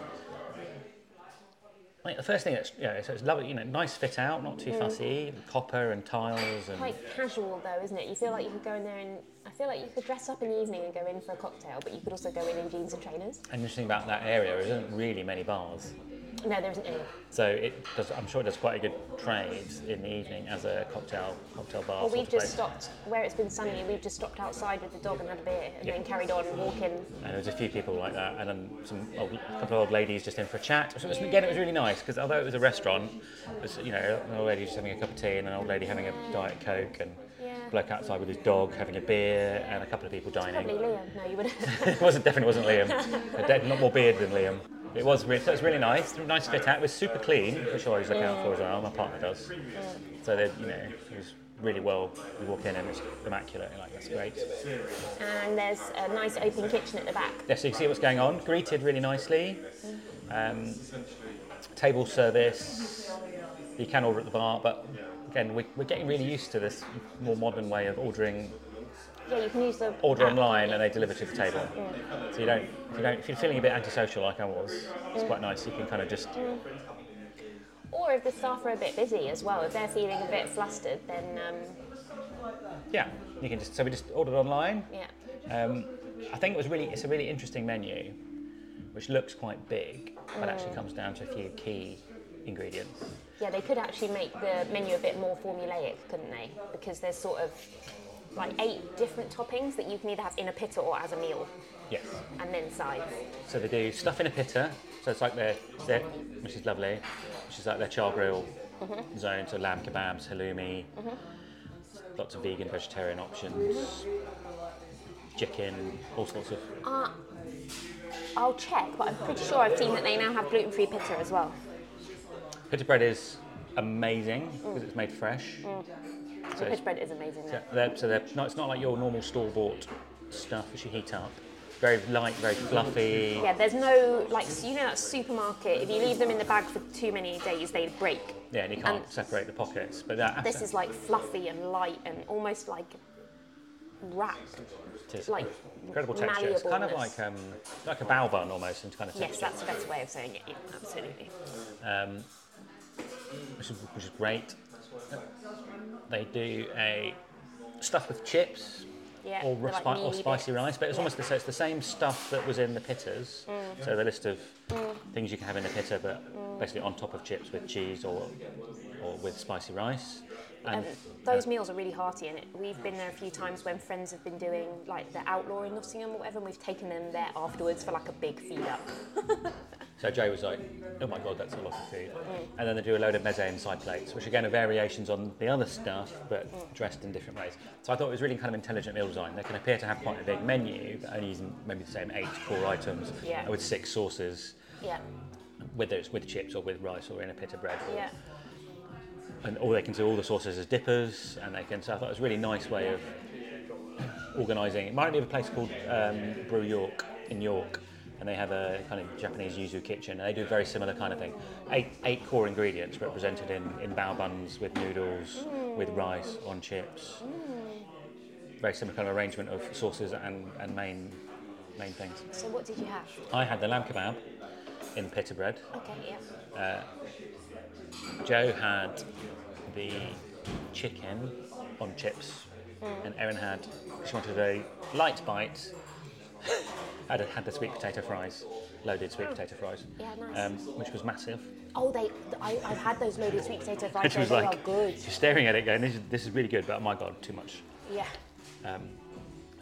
[SPEAKER 3] I think the first thing that's you know, so it's lovely, you know, nice fit out, not too fussy, copper and tiles and
[SPEAKER 4] Quite casual though, isn't it? You feel like you could go in there and I feel like you could dress up in the evening and go in for a cocktail, but you could also go in in jeans and trainers.
[SPEAKER 3] And the interesting about that area is there isn't really many bars.
[SPEAKER 4] No, there isn't any.
[SPEAKER 3] So it does, I'm sure it does quite a good trade in the evening as a cocktail cocktail bar.
[SPEAKER 4] Well,
[SPEAKER 3] sort
[SPEAKER 4] we've
[SPEAKER 3] of
[SPEAKER 4] just
[SPEAKER 3] place.
[SPEAKER 4] stopped where it's been sunny. We've just stopped outside with the dog and had a beer, and
[SPEAKER 3] Yeah.
[SPEAKER 4] then carried on walking.
[SPEAKER 3] And there was a few people like that, and then some old, a couple of old ladies just in for a chat. So it was, again, it was really nice because although it was a restaurant, it was you know an old lady just having a cup of tea and an old lady having a diet coke and
[SPEAKER 4] Yeah.
[SPEAKER 3] a bloke outside with his dog having a beer and a couple of people dining.
[SPEAKER 4] Probably Liam. No, you wouldn't.
[SPEAKER 3] it wasn't definitely wasn't Liam. A dead- not more beard than Liam. It was really, so it was really nice. Nice to get out. It was super clean, which I always look out for as well. My partner does. So they, you know, it was really well. You walk in and it's immaculate. You're like that's great.
[SPEAKER 4] and there's a nice open kitchen at the back.
[SPEAKER 3] Yeah, so you can see what's going on. Greeted really nicely. Um, table service. You can order at the bar, but again, we, we're getting really used to this more modern way of ordering
[SPEAKER 4] Yeah, you can use the
[SPEAKER 3] order
[SPEAKER 4] app.
[SPEAKER 3] online and they deliver to the table. So you don't, if you don't, if you're feeling a bit antisocial like I was, it's quite nice. You can kind of just
[SPEAKER 4] Or if the staff are a bit busy as well, if they're feeling a bit flustered, then um,
[SPEAKER 3] yeah, you can just so we just ordered online.
[SPEAKER 4] yeah.
[SPEAKER 3] Um, I think it was really it's a really interesting menu, which looks quite big, but actually comes down to a few key ingredients.
[SPEAKER 4] Yeah, they could actually make the menu a bit more formulaic, couldn't they? Because there's sort of like eight different toppings that you can either have in a pitta or as a meal,
[SPEAKER 3] Yes.
[SPEAKER 4] and then sides.
[SPEAKER 3] So they do stuff in a pitta. So it's like their, their which is lovely, which is like their char grill zone. So lamb kebabs, halloumi, lots of vegan, vegetarian options, chicken, all sorts of.
[SPEAKER 4] Uh, I'll check, but I'm pretty sure I've seen that they now have gluten-free pitta as well.
[SPEAKER 3] Pitta bread is amazing
[SPEAKER 4] Mm.
[SPEAKER 3] because it's made fresh. So,
[SPEAKER 4] The
[SPEAKER 3] it's,
[SPEAKER 4] pitta bread is amazing. Though.
[SPEAKER 3] they're, so they're, no, it's not like your normal store bought stuff which you heat up. Very light, very fluffy.
[SPEAKER 4] Yeah, there's no like you know that supermarket. If you leave them in the bag for too many days, they break.
[SPEAKER 3] Yeah, and you can't
[SPEAKER 4] And-
[SPEAKER 3] separate the pockets. But that
[SPEAKER 4] This is like fluffy and light and almost like wrapped.
[SPEAKER 3] It's
[SPEAKER 4] like
[SPEAKER 3] incredible texture. It's kind of
[SPEAKER 4] malleableness.
[SPEAKER 3] like um, like a bao bun almost in kind of
[SPEAKER 4] Yes,
[SPEAKER 3] texture,
[SPEAKER 4] that's the best way of saying it. Yeah, absolutely.
[SPEAKER 3] um, which, is, which is great. They do a stuff with chips
[SPEAKER 4] Yeah.
[SPEAKER 3] or,
[SPEAKER 4] they're
[SPEAKER 3] ri-
[SPEAKER 4] like
[SPEAKER 3] spi- or
[SPEAKER 4] mealy
[SPEAKER 3] spicy
[SPEAKER 4] bits.
[SPEAKER 3] rice, but it's almost the, so it's the same stuff that was in the pittas.
[SPEAKER 4] Mm.
[SPEAKER 3] So the list of things you can have in a pitta, but basically on top of chips with cheese or or with spicy rice. And
[SPEAKER 4] Um, those meals are really hearty, and it, we've been there a few times when friends have been doing like the outlaw in Nottingham or whatever, and we've taken them there afterwards for like a big feed up.
[SPEAKER 3] So Jay was like, "Oh my god, that's a lot of food."
[SPEAKER 4] Mm.
[SPEAKER 3] And then they do a load of meze and side plates, which again are variations on the other stuff, but
[SPEAKER 4] Mm.
[SPEAKER 3] dressed in different ways. So I thought it was really kind of intelligent meal design. They can appear to have quite a big menu, but only using maybe the same eight core items
[SPEAKER 4] Yeah.
[SPEAKER 3] with six sauces,
[SPEAKER 4] Yeah.
[SPEAKER 3] whether it's with chips or with rice or in a pita bread. Or,
[SPEAKER 4] Yeah.
[SPEAKER 3] And all they can do all the sauces as dippers, and they can. So I thought it was a really nice way of organising. It might be a place called um, Brew York in York, and they have a kind of Japanese yuzu kitchen. And they do a very similar kind of thing. Eight, eight core ingredients represented in, in bao buns with noodles, with rice on chips. Very similar kind of arrangement of sauces and, and main main things.
[SPEAKER 4] So what did you have?
[SPEAKER 3] I had the lamb kebab in pita bread.
[SPEAKER 4] Okay. Yeah.
[SPEAKER 3] Joe had the chicken on chips,
[SPEAKER 4] Mm.
[SPEAKER 3] and Erin had she wanted a light bite. had had the sweet potato fries, loaded sweet potato fries,
[SPEAKER 4] Yeah, nice.
[SPEAKER 3] um, which was massive.
[SPEAKER 4] Oh, they. I, I've had those loaded sweet potato fries.
[SPEAKER 3] Which was
[SPEAKER 4] they
[SPEAKER 3] like
[SPEAKER 4] are good.
[SPEAKER 3] she's staring at it, going, "This is this is really good," but oh my god, too much.
[SPEAKER 4] Yeah.
[SPEAKER 3] And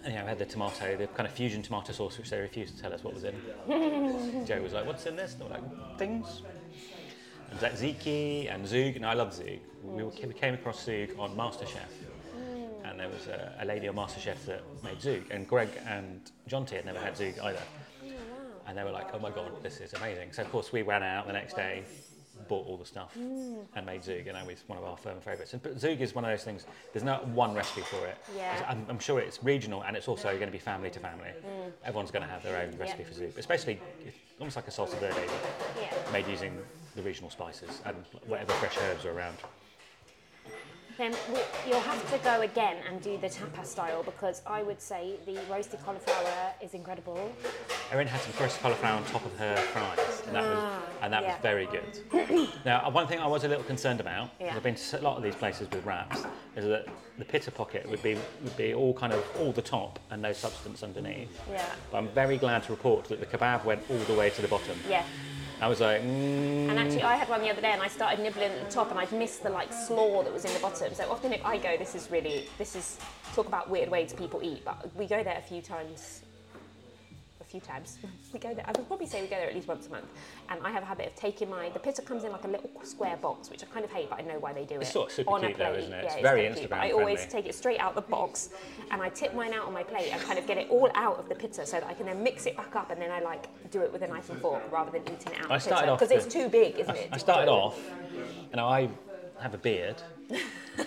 [SPEAKER 3] yeah, we had the tomato, the kind of fusion tomato sauce, which they refused to tell us what was in. Joe was like, "What's in this?" And they were like, "Things." And tzatziki and zug, and I love zug. We, were- we came across zug on MasterChef,
[SPEAKER 4] Mm.
[SPEAKER 3] and there was a, a lady on MasterChef that made zug, and Greg and John T had never had zug either. And they were like, "Oh my god, this is amazing!" So of course we ran out the next day, bought all the stuff,
[SPEAKER 4] Mm.
[SPEAKER 3] and made zug, and that was one of our firm favourites. And- But zug is one of those things. There's not one recipe for it.
[SPEAKER 4] Yeah.
[SPEAKER 3] I'm, I'm sure it's regional, and it's also going to be family to family. Everyone's going to have their own recipe
[SPEAKER 4] Mm. Yeah.
[SPEAKER 3] for zug, especially it's almost like a salsa verde
[SPEAKER 4] Yeah.
[SPEAKER 3] made using the regional spices and whatever fresh herbs are around.
[SPEAKER 4] Then we, you'll have to go again and do the tapa style because I would say the roasted cauliflower is incredible.
[SPEAKER 3] Erin had some crushed cauliflower on top of her fries, and that was, and that
[SPEAKER 4] Ah, yeah.
[SPEAKER 3] was very good. now, uh, one thing I was a little concerned about, 'cause
[SPEAKER 4] Yeah.
[SPEAKER 3] I've been to a lot of these places with wraps, is that the pitta pocket would be would be all kind of all the top and no substance underneath.
[SPEAKER 4] Yeah.
[SPEAKER 3] But I'm very glad to report that the kebab went all the way to the bottom.
[SPEAKER 4] Yeah.
[SPEAKER 3] I was like, mm,
[SPEAKER 4] And actually, I had one the other day, and I started nibbling at the top, and I'd missed the like slaw that was in the bottom. So often, if I go, this is really this is talk about weird ways people eat, but we go there a few times. A few times we go there. I would probably say we go there at least once a month. And I have a habit of taking my the pizza comes in like a little square box, which I kind of hate, but I know why they do it.
[SPEAKER 3] It's sort of super
[SPEAKER 4] on a
[SPEAKER 3] cute though,
[SPEAKER 4] plate.
[SPEAKER 3] isn't it?
[SPEAKER 4] Yeah,
[SPEAKER 3] It's very
[SPEAKER 4] quite cute, but
[SPEAKER 3] Instagram
[SPEAKER 4] I always
[SPEAKER 3] friendly.
[SPEAKER 4] take it straight out the box, and I tip mine out on my plate and kind of get it all out of the pizza, so that I can then mix it back up, and then I like do it with a knife and fork rather than eating it out.
[SPEAKER 3] I started off
[SPEAKER 4] because
[SPEAKER 3] the-
[SPEAKER 4] it's too big, isn't it?
[SPEAKER 3] I started off, and I have a beard,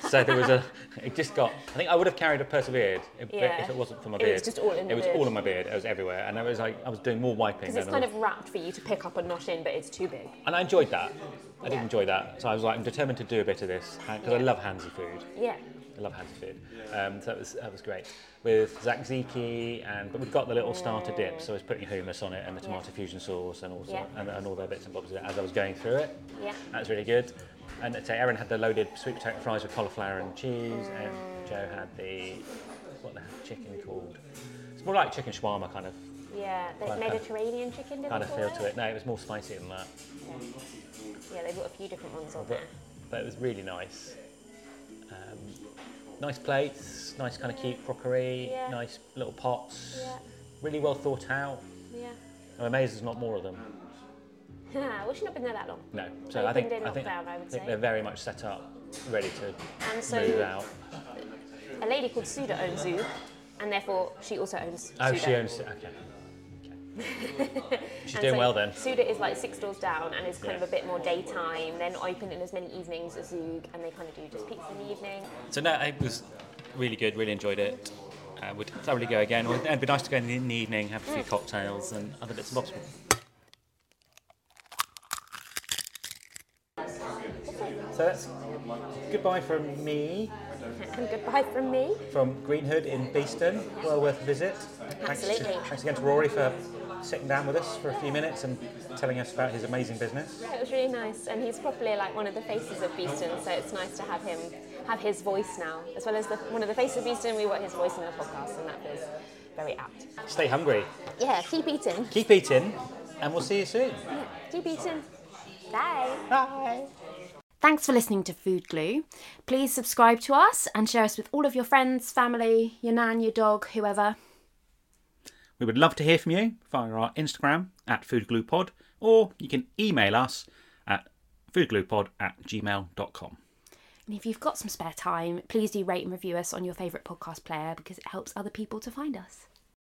[SPEAKER 3] so there was a. It just got. I think I would have carried a persevered if,
[SPEAKER 4] Yeah.
[SPEAKER 3] if it wasn't for my
[SPEAKER 4] It
[SPEAKER 3] beard.
[SPEAKER 4] was just all in the
[SPEAKER 3] It was
[SPEAKER 4] beard.
[SPEAKER 3] all in my beard. It was everywhere, and I was like, I was doing more wiping.
[SPEAKER 4] Because it's
[SPEAKER 3] than
[SPEAKER 4] kind
[SPEAKER 3] I was,
[SPEAKER 4] of wrapped for you to pick up and not in, but it's too big.
[SPEAKER 3] and I enjoyed that. I did
[SPEAKER 4] Yeah.
[SPEAKER 3] enjoy that, so I was like, I'm determined to do a bit of this because I
[SPEAKER 4] Yeah.
[SPEAKER 3] love handsy food.
[SPEAKER 4] Yeah.
[SPEAKER 3] I love handsy food. Um, so that was that was great with Zach Ziki and but we've got the little starter dip, so I was putting hummus on it and the tomato fusion sauce and all
[SPEAKER 4] Yeah.
[SPEAKER 3] and, and all their bits and bobs of it as I was going through it.
[SPEAKER 4] Yeah.
[SPEAKER 3] That's really good. And so Erin had the loaded sweet potato fries with cauliflower and cheese, and Joe had the what the chicken called? It's more like chicken shawarma kind of
[SPEAKER 4] Yeah. The
[SPEAKER 3] Like that.
[SPEAKER 4] Mediterranean chicken did
[SPEAKER 3] kind of feel to it. No, it was more spicy than that,
[SPEAKER 4] Yeah, they've got a few different ones on
[SPEAKER 3] but
[SPEAKER 4] there.
[SPEAKER 3] but it was really nice. Um, nice plates, nice kind of cute crockery,
[SPEAKER 4] Yeah.
[SPEAKER 3] nice little pots,
[SPEAKER 4] Yeah.
[SPEAKER 3] really well thought out.
[SPEAKER 4] Yeah.
[SPEAKER 3] I'm amazed there's not more of them.
[SPEAKER 4] I wish not been there that long.
[SPEAKER 3] No, so
[SPEAKER 4] Opened
[SPEAKER 3] I think
[SPEAKER 4] in
[SPEAKER 3] I think,
[SPEAKER 4] lockdown, I would
[SPEAKER 3] think
[SPEAKER 4] say.
[SPEAKER 3] they're very much set up, ready to
[SPEAKER 4] And so
[SPEAKER 3] move out.
[SPEAKER 4] a lady called Suda owns Zoo, and therefore she also owns.
[SPEAKER 3] Oh,
[SPEAKER 4] Suda.
[SPEAKER 3] she owns. Okay. She's
[SPEAKER 4] And
[SPEAKER 3] doing
[SPEAKER 4] so
[SPEAKER 3] well then.
[SPEAKER 4] Suda is like six doors down and is kind
[SPEAKER 3] Yeah.
[SPEAKER 4] of a bit more daytime. They're not open in as many evenings as Zoog, and they kind of do just pizza in the evening.
[SPEAKER 3] So no, it was really good. Really enjoyed it. Uh, would thoroughly go again. Or- It'd be nice to go in the, in the evening, have a
[SPEAKER 4] Mm.
[SPEAKER 3] few cocktails and other bits and bobs. So that's goodbye from me
[SPEAKER 4] And goodbye from me.
[SPEAKER 3] from Green Hood in Beeston. Well worth a visit. Thanks to-
[SPEAKER 4] Absolutely.
[SPEAKER 3] thanks again to Rory for sitting down with us for a few minutes and telling us about his amazing business.
[SPEAKER 4] Yeah, it was really nice, and he's probably like one of the faces of Beeston, so it's nice to have him have his voice now, as well as the, one of the faces of Beeston. We want his voice in the podcast, and that was very apt.
[SPEAKER 3] Stay hungry,
[SPEAKER 4] Yeah, keep eating.
[SPEAKER 3] keep eating, and we'll see you soon.
[SPEAKER 4] Yeah, keep eating. Bye.
[SPEAKER 3] Bye.
[SPEAKER 2] Thanks for listening to Food Glue. Please subscribe to us and share us with all of your friends, family, your nan, your dog, whoever.
[SPEAKER 1] We would love to hear from you via our Instagram at foodgluepod, or you can email us at foodgluepod at gmail.com.
[SPEAKER 2] And if you've got some spare time, please do rate and review us on your favourite podcast player because it helps other people to find us.